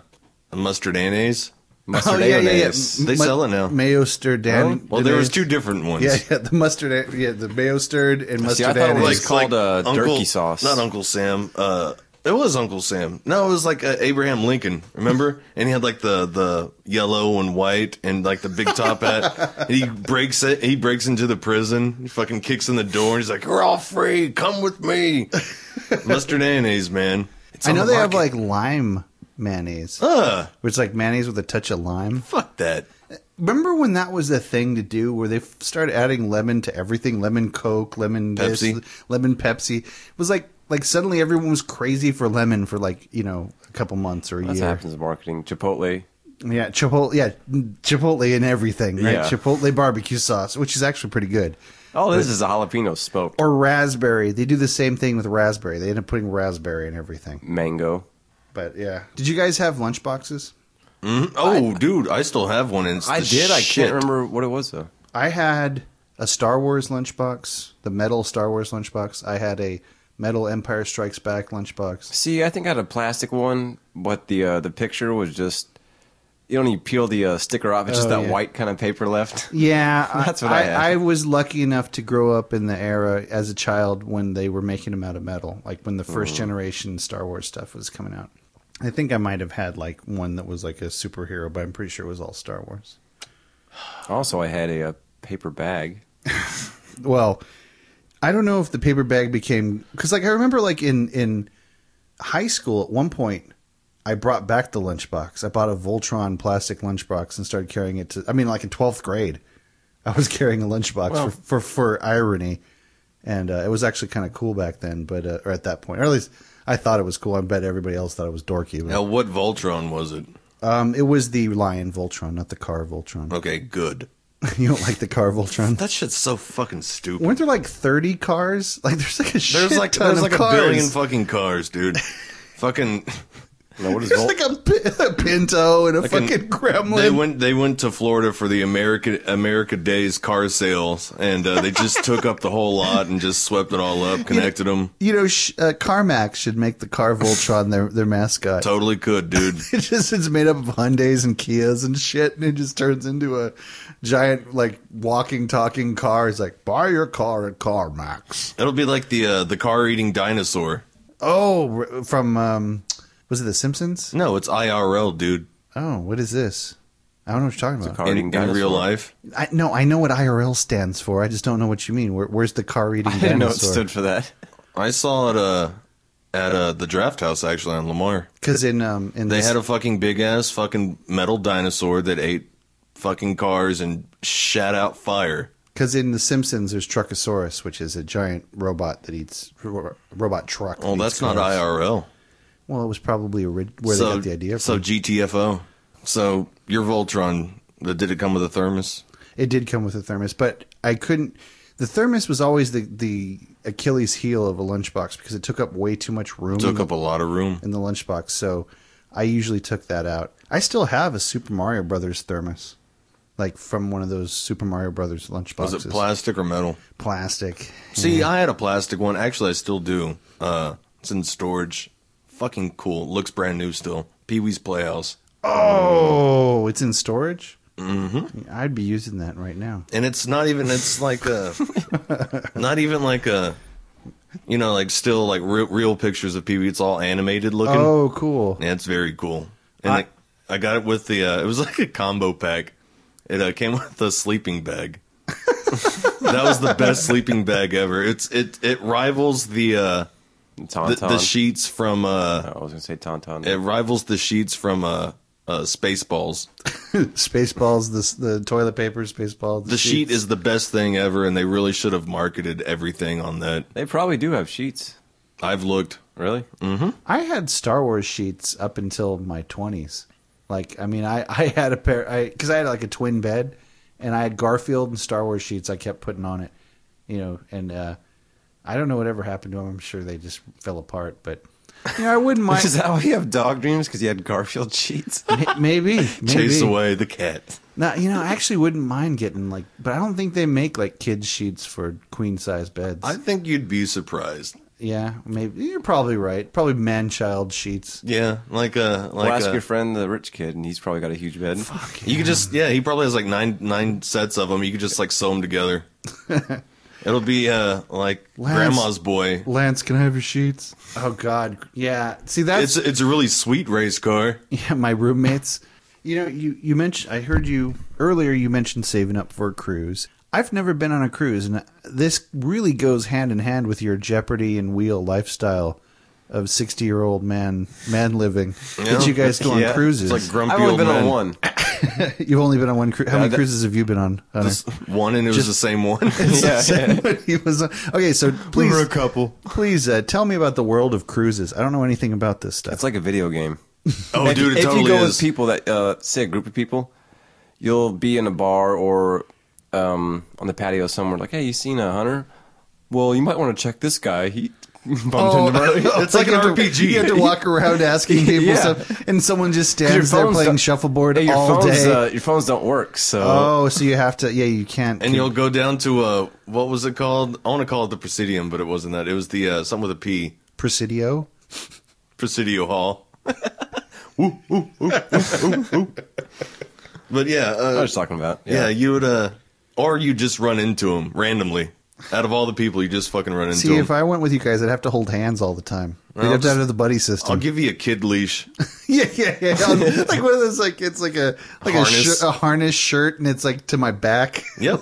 Speaker 3: a mustard mayonnaise.
Speaker 2: Oh,
Speaker 1: Mustard mayonnaise.
Speaker 3: They sell it now. Oh,
Speaker 2: Mayo stirred dan.
Speaker 3: Well, there was two different ones.
Speaker 2: Yeah, yeah. The mustard. Yeah, the mayo stirred and
Speaker 1: See,
Speaker 2: mustard.
Speaker 1: I thought it
Speaker 2: mayonnaise.
Speaker 1: was It's called, uh, Durkey sauce.
Speaker 3: Not Uncle Sam. Uh, it was Uncle Sam. No, it was like uh, Abraham Lincoln. Remember? and he had like the the yellow and white and like the big top hat. and he breaks it. He breaks into the prison. He fucking kicks in the door and he's like, "You're all free. Come with me." Mustard mayonnaise, man. It's
Speaker 2: I
Speaker 3: on
Speaker 2: know
Speaker 3: the
Speaker 2: they have
Speaker 3: market.
Speaker 2: like lime mayonnaise,
Speaker 3: Ugh,
Speaker 2: which is like mayonnaise with a touch of lime.
Speaker 3: fuck that.
Speaker 2: Remember when that was a thing to do, where they f- started adding lemon to everything? Lemon Coke, lemon this,
Speaker 3: Pepsi.
Speaker 2: lemon Pepsi. It was like like suddenly everyone was crazy for lemon for like you know a couple months or a
Speaker 1: That's
Speaker 2: year.
Speaker 1: what happens in marketing. Chipotle.
Speaker 2: Yeah, chipotle. Yeah, chipotle and everything. Right,
Speaker 1: Yeah.
Speaker 2: chipotle barbecue sauce, which is actually pretty good.
Speaker 1: All Oh, this is a jalapeno smoke.
Speaker 2: Or raspberry. They do the same thing with raspberry. They end up putting raspberry in everything.
Speaker 1: mango.
Speaker 2: But yeah, did you guys have lunch boxes?
Speaker 3: Oh, dude, I still have one. And it's
Speaker 1: I
Speaker 3: the
Speaker 1: did. I
Speaker 3: shit.
Speaker 1: can't remember what it was though.
Speaker 2: I had a Star Wars lunchbox, the metal Star Wars lunchbox. I had a metal Empire Strikes Back lunchbox.
Speaker 1: See, I think I had a plastic one, but the uh, the picture was just you don't even peel the uh, sticker off. It's just
Speaker 2: Oh,
Speaker 1: that
Speaker 2: yeah.
Speaker 1: white kind of paper left.
Speaker 2: Yeah, I-
Speaker 1: That's what I had.
Speaker 2: I, I was lucky enough to grow up in the era as a child when they were making them out of metal, like when the
Speaker 1: Mm.
Speaker 2: first generation Star Wars stuff was coming out. I think I might have had like one that was like a superhero, but I'm pretty sure it was all Star Wars.
Speaker 1: Also, I had a, uh paper bag.
Speaker 2: Well, I don't know if the paper bag became because like I remember like in in high school at one point I brought back the lunchbox. I bought a Voltron plastic lunchbox and started carrying it to. I mean, like in twelfth grade, I was carrying a lunchbox for, for for irony, and uh, it was actually kind of cool back then. But uh, or at that point, or at least I thought it was cool. I bet everybody else thought it was dorky.
Speaker 3: Now,
Speaker 2: But,
Speaker 3: what Voltron was it?
Speaker 2: um, it was the lion Voltron, not the car Voltron.
Speaker 3: Okay, good.
Speaker 2: you don't like the car Voltron?
Speaker 3: That shit's so fucking stupid.
Speaker 2: Weren't there like thirty cars? Like there's like a shit
Speaker 3: there's like
Speaker 2: ton
Speaker 3: there's
Speaker 2: of
Speaker 3: like
Speaker 2: cars.
Speaker 3: a billion fucking cars, dude. fucking
Speaker 1: No, what is
Speaker 2: There's
Speaker 1: Vol-
Speaker 2: like a, pi- a Pinto and a
Speaker 3: an-
Speaker 2: fucking gremlin.
Speaker 3: they went they went to Florida for the America America Day's car sales, and uh, they just took up the whole lot and just swept it all up, connected them.
Speaker 2: you know, sh- uh, Carmack should make the car Voltron their their mascot.
Speaker 3: Totally could, dude.
Speaker 2: It just it's made up of Hyundai's and Kias and shit, and it just turns into a giant like walking talking car. He's like, buy your car at CarMax.
Speaker 3: That'll be like the uh, the car eating dinosaur.
Speaker 2: Oh, r- from um, was it The Simpsons?
Speaker 3: No, it's IRL, dude.
Speaker 2: Oh, what is this? I don't know what you're talking about.
Speaker 1: car
Speaker 3: In,
Speaker 1: eating
Speaker 3: in
Speaker 1: dinosaur.
Speaker 3: real life,
Speaker 2: I, no, I know what IRL stands for. I just don't know what you mean. Where, where's the car eating
Speaker 1: I
Speaker 2: dinosaur?
Speaker 1: didn't know it stood for that.
Speaker 3: I saw it uh, at uh, the draft house actually on Lamar.
Speaker 2: Because in um in
Speaker 3: They
Speaker 2: this-
Speaker 3: had a fucking big ass fucking metal dinosaur that ate fucking cars and shat out fire.
Speaker 2: Because in The Simpsons, there's Truckosaurus, which is a giant robot that eats ro- robot truck. that
Speaker 3: Well,
Speaker 2: eats
Speaker 3: Oh, that's not
Speaker 2: cars.
Speaker 3: IRL.
Speaker 2: Well, it was probably ori- where
Speaker 3: so,
Speaker 2: they got the idea. From.
Speaker 3: So GTFO. So your Voltron. uh, Did it come with a thermos?
Speaker 2: it did come with a thermos, but I couldn't. The thermos was always the the Achilles heel of a lunchbox because it took up way too much room in
Speaker 3: Took
Speaker 2: the,
Speaker 3: up a lot of room.
Speaker 2: in the lunchbox. So I usually took that out. I still have a Super Mario Brothers thermos, like from one of those Super Mario Brothers lunchboxes.
Speaker 3: Was it plastic or metal?
Speaker 2: Mm-hmm. plastic?
Speaker 3: See, I had a plastic one. Actually, I still do. Uh, it's in storage. Fucking cool. Looks brand new still. Pee Wee's Playhouse.
Speaker 2: Oh, it's in storage. Mm-hmm. I'd be using that right now.
Speaker 3: and it's not even it's like a not even like a you know like still like real, real pictures of pee it's all animated looking
Speaker 2: Oh, cool.
Speaker 3: yeah it's very cool and
Speaker 2: I-
Speaker 3: I, I got it with the uh, it was like a combo pack it uh, came with a sleeping bag that was the best sleeping bag ever it's it it rivals the uh the,
Speaker 1: Tauntaun.
Speaker 3: the sheets from
Speaker 1: Oh,
Speaker 3: uh
Speaker 1: I was gonna say Tauntaun.
Speaker 3: it rivals the sheets from uh uh, Spaceballs.
Speaker 2: Spaceballs, this the toilet paper, Spaceballs.
Speaker 3: The sheet is the best thing ever, and they really should have marketed everything on that.
Speaker 1: they probably do have sheets.
Speaker 3: I've looked.
Speaker 1: Really?
Speaker 2: I had Star Wars sheets up until my twenties. Like, I mean, I I had a pair. I because I had like a twin bed, and I had Garfield and Star Wars sheets. I kept putting on it, you know. And uh, I don't know whatever happened to them. I'm sure they just fell apart. But you know, I wouldn't mind.
Speaker 1: Is that why you have dog dreams? Because you had Garfield sheets?
Speaker 2: Ma- maybe, maybe.
Speaker 3: Chase away the cat.
Speaker 2: No, you know, I actually wouldn't mind getting like, but I don't think they make like kids sheets for queen size beds.
Speaker 3: I think you'd be surprised.
Speaker 2: yeah, maybe you're probably right. Probably man child sheets.
Speaker 3: Yeah, like a like
Speaker 1: Well, ask
Speaker 3: a-
Speaker 1: your friend, the rich kid, and he's probably got a huge bed.
Speaker 3: you could just yeah. He probably has like nine nine sets of them. You could just like sew them together. It'll be uh like
Speaker 2: Lance-
Speaker 3: grandma's boy.
Speaker 2: Lance, can I have your sheets? Oh God, yeah. See, that's
Speaker 3: It's it's a really sweet race car.
Speaker 2: yeah, my roommates. You know, you you mentioned. I heard you earlier. You mentioned saving up for a cruise. I've never been on a cruise, and this really goes hand in hand with your Jeopardy and Wheel lifestyle of sixty year old man man living that you guys go on
Speaker 3: Yeah.
Speaker 2: cruises.
Speaker 3: It's like grumpy
Speaker 1: I've only
Speaker 3: old
Speaker 1: been
Speaker 3: men.
Speaker 1: on one.
Speaker 2: You've only been on one cruise. How many
Speaker 1: that-
Speaker 2: cruises have you been on? Hunter?
Speaker 3: One and it was the same one.
Speaker 1: yeah, yeah.
Speaker 2: He was on- Okay, so please,
Speaker 3: were a couple.
Speaker 2: Please uh, tell me about the world of cruises. I don't know anything about this stuff.
Speaker 1: It's like a video game.
Speaker 3: Oh,
Speaker 1: if,
Speaker 3: dude, it
Speaker 1: if
Speaker 3: totally
Speaker 1: you go
Speaker 3: is.
Speaker 1: with people that uh, say a group of people, you'll be in a bar or um, on the patio somewhere. Like, hey, you seen a hunter? Well, you might want to check this guy. He bumped
Speaker 3: Oh.
Speaker 1: into
Speaker 2: Oh,
Speaker 1: my.
Speaker 3: it's like
Speaker 2: you
Speaker 3: an
Speaker 2: have to-
Speaker 3: RPG.
Speaker 2: you have to walk around asking people
Speaker 1: Yeah.
Speaker 2: stuff, and someone just
Speaker 1: Your
Speaker 2: stands there
Speaker 1: phone's
Speaker 2: playing
Speaker 1: not-
Speaker 2: shuffleboard
Speaker 1: Hey, your
Speaker 2: all
Speaker 1: phones,
Speaker 2: day.
Speaker 1: Uh, your phones don't work, so
Speaker 2: oh, so you have to? Yeah, you can't.
Speaker 3: And you'll go down to uh what was it called? I want to call it the Presidium, but it wasn't that. It was the uh something with a P.
Speaker 2: Presidio.
Speaker 3: Presidio Hall. But yeah,
Speaker 1: I
Speaker 2: Oh,
Speaker 3: uh,
Speaker 1: was talking about.
Speaker 3: yeah. you would, uh, or you just run into him randomly. Out of all the people, you just fucking run into
Speaker 2: See,
Speaker 3: him.
Speaker 2: if I went with you guys, I'd have to hold hands all the time. We'd
Speaker 3: I'll
Speaker 2: have to
Speaker 3: just-
Speaker 2: have the buddy
Speaker 3: I'll
Speaker 2: system.
Speaker 3: give you a kid leash.
Speaker 2: yeah, yeah, yeah. I'll- like one of those, like it's like a like a,
Speaker 3: Harness.
Speaker 2: sh- a harness shirt, and it's like to my back.
Speaker 3: yep.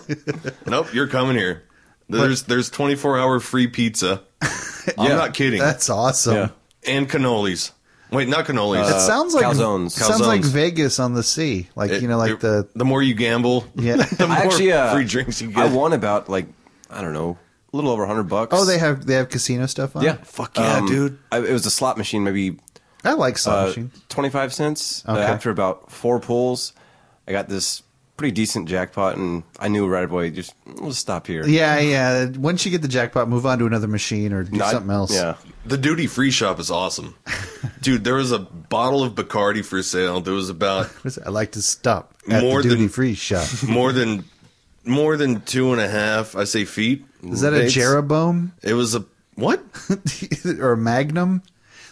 Speaker 3: Nope, you're coming here. There's there's 24 hour free pizza. I'm
Speaker 1: Yeah.
Speaker 3: not kidding.
Speaker 2: That's awesome.
Speaker 1: Yeah.
Speaker 3: and cannolis. Wait, not cannolis.
Speaker 2: It sounds like
Speaker 1: calzones.
Speaker 2: sounds like
Speaker 3: Uh, Calzones.
Speaker 2: Vegas on the sea. Like
Speaker 3: It-
Speaker 2: you know, like
Speaker 3: it-
Speaker 2: the
Speaker 3: the more you gamble,
Speaker 2: yeah.
Speaker 3: the more
Speaker 1: I actually uh,
Speaker 3: free drinks you get.
Speaker 1: I won about like I don't know, a little over hundred bucks.
Speaker 2: oh, they have they have casino stuff on.
Speaker 1: yeah, Um,
Speaker 2: it?
Speaker 3: Fuck yeah, dude.
Speaker 1: I, it was a slot machine, maybe
Speaker 2: I like slot
Speaker 1: uh,
Speaker 2: machines.
Speaker 1: twenty five cents. Uh,
Speaker 2: Okay.
Speaker 1: after about four pulls, I got this pretty decent jackpot, and I knew right away. Just we'll stop here.
Speaker 2: Yeah, yeah. Once you get the jackpot, move on to another machine or do
Speaker 1: No, I-
Speaker 2: something else.
Speaker 1: Yeah,
Speaker 3: The duty free shop is awesome. Dude, there was a bottle of Bacardi for sale. There was about
Speaker 2: What is it? I like to stop at
Speaker 3: More
Speaker 2: the
Speaker 3: than-
Speaker 2: duty free shop.
Speaker 3: more than more than two and a half, I say feet.
Speaker 2: Is that a
Speaker 3: dates.
Speaker 2: Jeroboam
Speaker 3: It was a what?
Speaker 2: or a Magnum?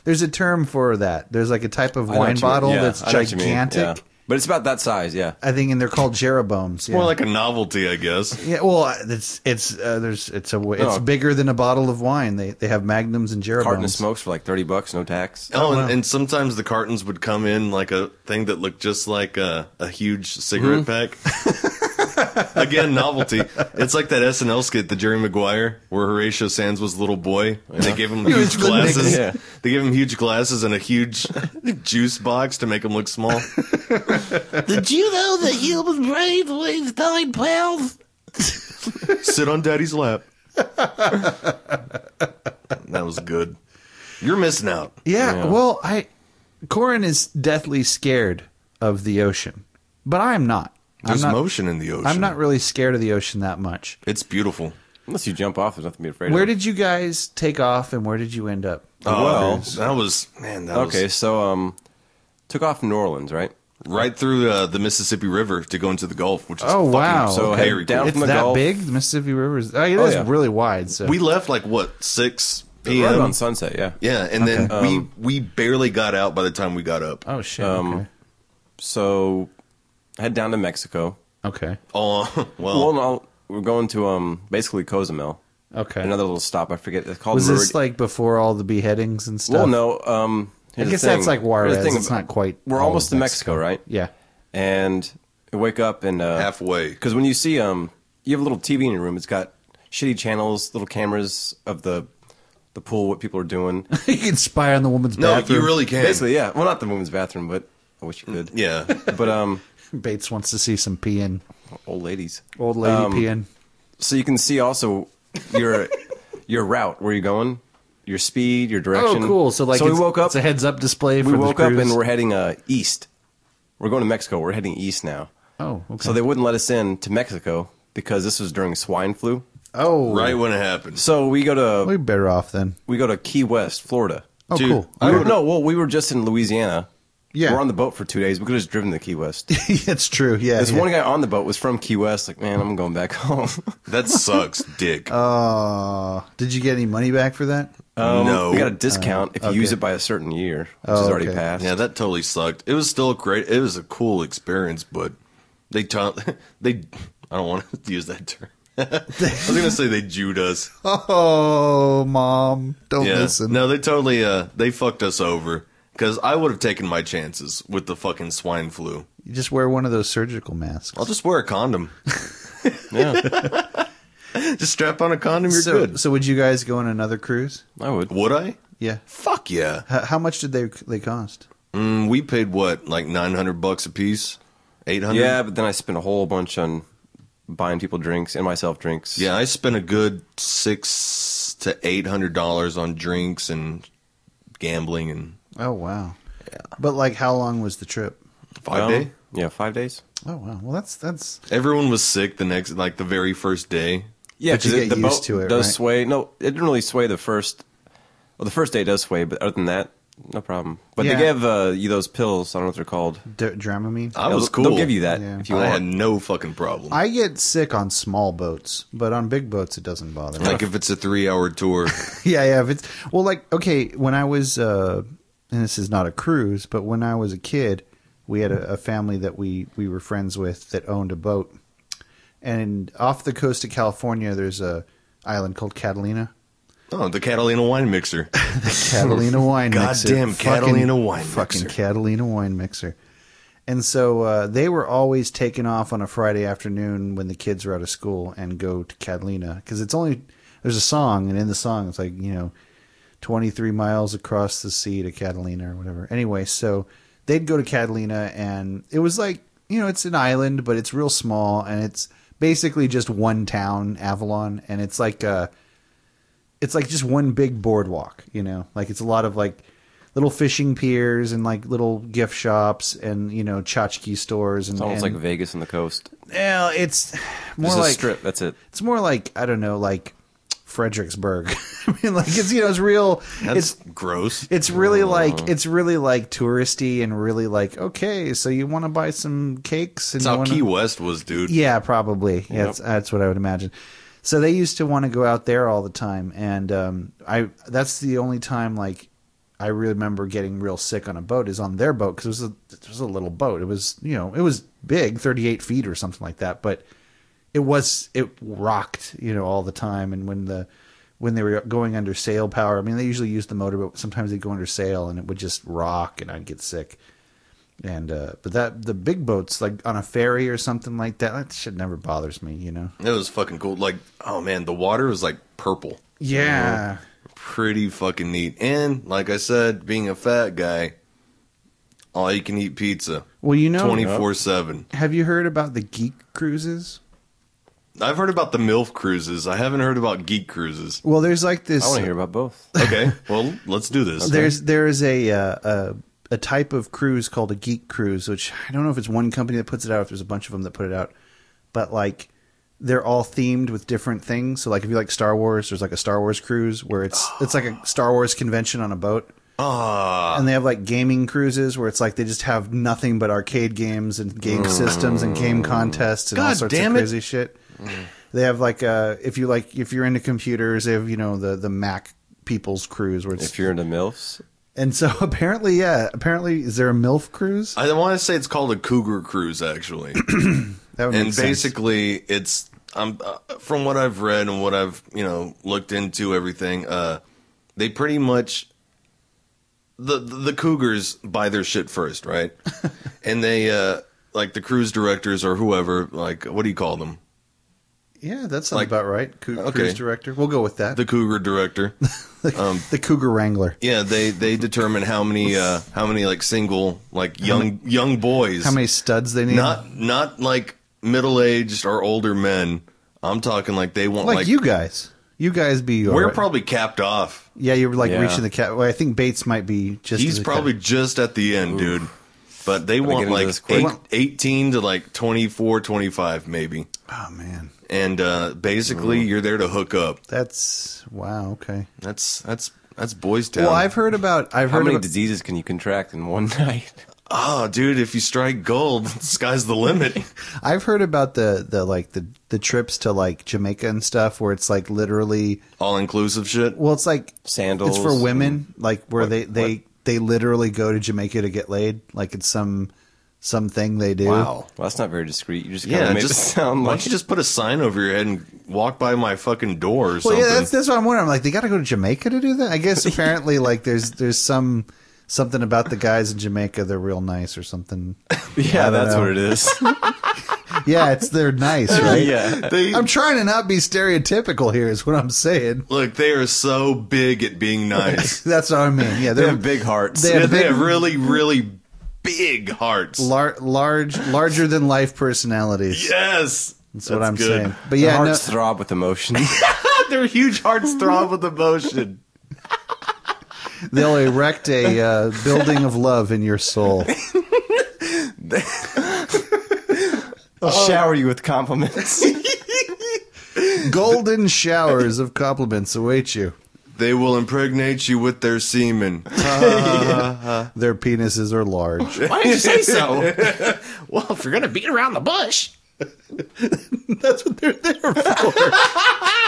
Speaker 2: There's a term for that. There's like a type of
Speaker 1: I know what
Speaker 2: wine
Speaker 1: you mean.
Speaker 2: bottle
Speaker 1: Yeah,
Speaker 2: that's
Speaker 1: I know what you mean.
Speaker 2: gigantic.
Speaker 1: Yeah. But it's about that size. Yeah,
Speaker 2: I think, and they're called Jeroboams. Yeah.
Speaker 3: More like a novelty, I guess.
Speaker 2: yeah, well, it's it's uh, there's it's a it's
Speaker 1: Oh.
Speaker 2: bigger than a bottle of wine. They they have magnums and Jeroboams.
Speaker 1: carton of smokes for like thirty bucks, no tax.
Speaker 3: Oh, and, and sometimes the cartons would come in like a thing that looked just like a, a huge cigarette pack. Again, novelty. It's like that SNL skit, the Jerry Maguire, where Horatio Sands was a little boy, and they gave him huge
Speaker 2: the
Speaker 3: glasses.
Speaker 1: Nick. Yeah.
Speaker 3: They gave him huge glasses and a huge juice box to make him look small. Did you know the human brain weighs nine pounds? Sit on Daddy's lap. that was good. You're missing out.
Speaker 2: Yeah,
Speaker 1: Yeah.
Speaker 2: well, I Corin is deathly scared of the ocean, but I'm not.
Speaker 3: There's
Speaker 2: I'm not,
Speaker 3: motion in the ocean.
Speaker 2: I'm not really scared of the ocean that much.
Speaker 3: It's beautiful.
Speaker 1: Unless you jump off, there's nothing to be afraid
Speaker 2: Where
Speaker 1: of.
Speaker 2: did you guys take off, and where did you end up?
Speaker 3: Oh,
Speaker 1: Well-
Speaker 3: that was man. That
Speaker 1: okay,
Speaker 3: was
Speaker 1: so um, took off from New Orleans, right?
Speaker 3: right through uh, the Mississippi River to go into the Gulf, which is
Speaker 2: Oh,
Speaker 3: fucking
Speaker 2: wow.
Speaker 1: So
Speaker 3: very
Speaker 1: head
Speaker 3: cool.
Speaker 1: down
Speaker 2: It's
Speaker 1: from the
Speaker 2: that
Speaker 1: Gulf.
Speaker 2: big. The Mississippi River is. I mean, it
Speaker 1: Oh,
Speaker 2: is
Speaker 1: yeah.
Speaker 2: really wide. So
Speaker 3: We left like what six
Speaker 1: Right
Speaker 3: p.m.
Speaker 1: on sunset. Yeah.
Speaker 3: Yeah, and then
Speaker 1: Okay.
Speaker 3: we
Speaker 1: Um,
Speaker 3: we barely got out by the time we got up.
Speaker 2: oh shit.
Speaker 1: Um, So head down to Mexico.
Speaker 2: okay.
Speaker 3: Oh
Speaker 1: Well,
Speaker 3: well,
Speaker 1: no, we're going to um basically Cozumel.
Speaker 2: Okay.
Speaker 1: Another little stop. I forget. It's called.
Speaker 2: was this
Speaker 1: Merid-
Speaker 2: like before all the beheadings and stuff?
Speaker 1: Well, no. Um,
Speaker 2: I
Speaker 1: here's the
Speaker 2: guess that's
Speaker 1: thing.
Speaker 2: like
Speaker 1: Here's
Speaker 2: Juarez.
Speaker 1: the thing
Speaker 2: It's
Speaker 1: about-
Speaker 2: not quite.
Speaker 1: We're
Speaker 2: all
Speaker 1: almost
Speaker 2: of
Speaker 1: to Mexico, right?
Speaker 2: Yeah.
Speaker 1: And I wake up and uh,
Speaker 3: halfway.
Speaker 1: Because when you see um, you have a little TV in your room. It's got shitty channels, little cameras of the the pool, what people are doing.
Speaker 2: you can spy on the woman's
Speaker 3: No,
Speaker 2: bathroom.
Speaker 3: you really can.
Speaker 1: Basically, yeah. Well, not the women's bathroom, but I wish you could.
Speaker 3: yeah.
Speaker 1: But um,
Speaker 2: Bates wants to see some peeing.
Speaker 1: old ladies.
Speaker 2: Old lady
Speaker 1: Um,
Speaker 2: peeing.
Speaker 1: so you can see also your your route where you're going your speed your direction
Speaker 2: Oh, cool. So like,
Speaker 1: so we
Speaker 2: it's-
Speaker 1: woke up
Speaker 2: It's a heads up display. For
Speaker 1: we
Speaker 2: the
Speaker 1: woke up
Speaker 2: cruise.
Speaker 1: and we're heading uh, east we're going to mexico we're heading east now
Speaker 2: oh, okay.
Speaker 1: so they wouldn't let us in to mexico because this was during swine flu
Speaker 2: oh,
Speaker 3: right when it happened.
Speaker 1: so we go to
Speaker 2: We better off then.
Speaker 1: we go to key west florida
Speaker 2: Oh,
Speaker 3: Dude,
Speaker 2: cool.
Speaker 1: I don't know well we were just in louisiana
Speaker 2: Yeah.
Speaker 1: we're on the boat for two days we could have just driven to key west
Speaker 2: it's true. Yeah.
Speaker 1: this
Speaker 2: yeah.
Speaker 1: one guy on the boat was from key west like man i'm going back home
Speaker 3: That sucks, Dick.
Speaker 2: Uh, did you get any money back for that?
Speaker 3: no,
Speaker 1: Um, we got a discount if you use
Speaker 2: okay.
Speaker 1: it by a certain year which
Speaker 2: Oh,
Speaker 1: is already
Speaker 2: okay.
Speaker 1: passed
Speaker 3: yeah, that totally sucked. It was still great. It was a cool experience, but they taught they. I don't want to use that term. I was gonna say they Jewed us.
Speaker 2: Oh, mom, don't
Speaker 3: Yeah.
Speaker 2: listen.
Speaker 3: No, they totally uh they fucked us over cuz I would have taken my chances with the fucking swine flu.
Speaker 2: You just wear one of those surgical masks.
Speaker 3: I'll just wear a condom. just strap on a condom, you're
Speaker 2: so,
Speaker 3: good.
Speaker 2: so would you guys go on another cruise?
Speaker 1: i would
Speaker 3: Would I?
Speaker 2: Yeah.
Speaker 3: Fuck yeah.
Speaker 2: H- how much did they they cost?
Speaker 3: Mm, we paid what? Like 900 bucks a piece? 800?
Speaker 1: Yeah, but then I spent a whole bunch on buying people drinks and myself drinks.
Speaker 3: Yeah, I spent a good 6 to 800 dollars on drinks and gambling and
Speaker 2: Oh wow. Yeah. But like, how long was the trip?
Speaker 3: 5
Speaker 1: Um,
Speaker 3: day.
Speaker 1: Yeah, five days.
Speaker 2: Oh wow. Well, that's that's
Speaker 3: Everyone was sick the next like the very first day.
Speaker 1: Yeah,
Speaker 2: But you
Speaker 1: 'cause
Speaker 2: get
Speaker 1: the
Speaker 2: used
Speaker 1: boat
Speaker 2: to it,
Speaker 1: does
Speaker 2: right?
Speaker 1: sway. No, it didn't really sway the first. Well, the first day does sway, but other than that, no problem. But
Speaker 2: Yeah.
Speaker 1: they give uh, you those pills. I don't know what they're called.
Speaker 2: d- Dramamine.
Speaker 3: I was
Speaker 1: They'll-
Speaker 3: cool.
Speaker 1: They'll give you that
Speaker 2: Yeah.
Speaker 1: if you
Speaker 3: I
Speaker 1: want.
Speaker 3: had no fucking problem.
Speaker 2: I get sick on small boats, but on big boats it doesn't bother me.
Speaker 3: like if it's a three hour tour.
Speaker 2: yeah, yeah. If it's well, like okay, when I was, uh, and this is not a cruise, but when I was a kid, we had a, a family that we we were friends with that owned a boat, and off the coast of California, there's a island called Catalina.
Speaker 3: Oh, the Catalina wine mixer.
Speaker 2: Catalina wine mixer.
Speaker 3: Goddamn Catalina wine
Speaker 2: fucking
Speaker 3: mixer.
Speaker 2: Catalina wine mixer. And so uh, they were always taken off on a Friday afternoon when the kids were out of school and go to Catalina because it's only there's a song and in the song it's like you know 23 miles across the sea to Catalina or whatever. Anyway, so they'd go to Catalina and it was like, you know, it's an island, but it's real small and it's basically just one town, Avalon, and it's like uh it's like just one big boardwalk, you know. Like it's a lot of like little fishing piers and like little gift shops and you know tchotchke stores and
Speaker 1: It's almost
Speaker 2: and,
Speaker 1: like Vegas on the coast.
Speaker 2: well, it's more
Speaker 1: Just a
Speaker 2: like
Speaker 1: strip. That's it.
Speaker 2: it's more like I don't know, like Fredericksburg. I mean, like it's you know, it's real.
Speaker 3: That's
Speaker 2: it's
Speaker 3: gross.
Speaker 2: it's really like it's really like touristy and really like okay, so you want to buy some cakes and
Speaker 3: That's
Speaker 2: you
Speaker 3: how
Speaker 2: wanna-
Speaker 3: Key West was, dude.
Speaker 2: yeah, probably. Yeah, that's, that's what I would imagine. So they used to want to go out there all the time, and um, I that's the only time like I remember getting real sick on a boat is on their boat because it was a it was a little boat. It was you know it was big, thirty eight feet or something like that, but it was it rocked you know all the time. And when the when they were going under sail power, I mean they usually used the motor, but sometimes they'd go under sail and it would just rock, and I'd get sick and uh but that the big boats like on a ferry or something like that that shit never bothers me you know
Speaker 3: It was fucking cool. Like, oh man, the water was like purple.
Speaker 2: yeah
Speaker 3: Pretty fucking neat. And like I said, being a fat guy, all you can eat pizza
Speaker 2: well you know
Speaker 3: 24 7.
Speaker 2: have you heard about the geek cruises
Speaker 3: I've heard about the MILF cruises. I haven't heard about geek cruises.
Speaker 2: well there's like this
Speaker 1: I want to hear about both.
Speaker 3: Okay, well, let's do this.
Speaker 2: there's there is a uh, a a type of cruise called a geek cruise which i don't know if it's one company that puts it out if there's a bunch of them that put it out but like they're all themed with different things so like if you like star wars there's like a star wars cruise where it's it's like a star wars convention on a boat
Speaker 3: Ah.
Speaker 2: and they have like gaming cruises where it's like they just have nothing but arcade games and game systems and game contests and all
Speaker 3: Mm. God
Speaker 2: sorts
Speaker 3: damn
Speaker 2: of
Speaker 3: it.
Speaker 2: crazy shit. They have like uh if you like if you're into computers, they have you know the the Mac people's cruise where it's
Speaker 1: If you're into milfs,
Speaker 2: and so apparently yeah apparently is there a MILF cruise
Speaker 3: I want to say it's called a cougar cruise, actually.
Speaker 2: that would
Speaker 3: and
Speaker 2: make sense.
Speaker 3: basically it's I'm uh, from what I've read and what I've you know looked into everything uh they pretty much the the cougars buy their shit first right and they uh like the cruise directors or whoever like what do you call them
Speaker 2: yeah that sounds
Speaker 3: like-
Speaker 2: about right Cou-
Speaker 3: okay.
Speaker 2: cruise director we'll go with that
Speaker 3: the
Speaker 2: the,
Speaker 3: cougar director um,
Speaker 2: cougar wrangler
Speaker 3: yeah they they determine how many uh how many like single like young young boys
Speaker 2: how many studs they need
Speaker 3: not not like middle-aged or older men i'm talking like they want
Speaker 2: like,
Speaker 3: like,
Speaker 2: you guys you guys be
Speaker 3: we're
Speaker 2: alright.
Speaker 3: probably capped off
Speaker 2: yeah you're like
Speaker 1: Yeah.
Speaker 2: reaching the cat well I think Bates might be just
Speaker 3: He's
Speaker 2: as a cat-
Speaker 3: probably just at the end, dude. But they
Speaker 1: get
Speaker 3: want
Speaker 1: into
Speaker 3: like
Speaker 1: this quick.
Speaker 3: eight, 18 to like 24, 25 maybe.
Speaker 2: oh man
Speaker 3: And uh, basically you're there to hook up.
Speaker 2: That's wow. Okay.
Speaker 3: That's that's that's boys town.
Speaker 2: Well, I've heard about. I've
Speaker 1: how
Speaker 2: heard
Speaker 1: many
Speaker 2: about.
Speaker 1: diseases can you contract in one night?
Speaker 3: Oh, dude, if you strike gold, the sky's the limit.
Speaker 2: I've heard about the the like the the trips to like Jamaica and stuff where it's like literally.
Speaker 3: All inclusive shit.
Speaker 2: Well, it's like
Speaker 1: Sandals.
Speaker 2: It's for women, like where they they they literally go to Jamaica to get laid. Like it's some some thing they do.
Speaker 3: Wow.
Speaker 1: Well, that's not very discreet. You just kind of
Speaker 3: Yeah,
Speaker 1: made
Speaker 3: just
Speaker 1: it sound
Speaker 3: why
Speaker 1: like
Speaker 3: don't you just put a sign over your head and walk by my fucking door or
Speaker 2: Well,
Speaker 3: something?
Speaker 2: yeah, that's that's what I'm wondering. I'm like, they got to go to Jamaica to do that. I guess apparently, like, there's there's some something about the guys in Jamaica. They're real nice or something.
Speaker 1: yeah,
Speaker 2: don't
Speaker 1: that's
Speaker 2: know.
Speaker 1: what it is.
Speaker 2: Yeah, it's they're nice, right?
Speaker 1: yeah,
Speaker 3: They-
Speaker 2: I'm trying to not be stereotypical here. Is what I'm saying.
Speaker 3: look, they are so big at being nice.
Speaker 2: That's what I mean. Yeah,
Speaker 1: they
Speaker 2: they're
Speaker 1: have big hearts.
Speaker 2: They
Speaker 3: they,
Speaker 2: have
Speaker 3: have
Speaker 2: big-
Speaker 3: really, really big hearts.
Speaker 2: lar- large, larger than life personalities.
Speaker 3: yes.
Speaker 2: That's what I'm saying. But yeah,
Speaker 1: Their
Speaker 2: no,
Speaker 1: hearts throb with emotion.
Speaker 3: Their huge hearts throb with emotion.
Speaker 2: they'll erect a uh, building of love in your soul.
Speaker 1: They'll
Speaker 2: Oh.
Speaker 1: shower you with compliments.
Speaker 2: Golden showers of compliments await you.
Speaker 3: They will impregnate you with their semen.
Speaker 2: Their penises are large.
Speaker 3: Why did you say so?
Speaker 8: Well, if you're gonna beat around the bush,
Speaker 2: That's what they're there for.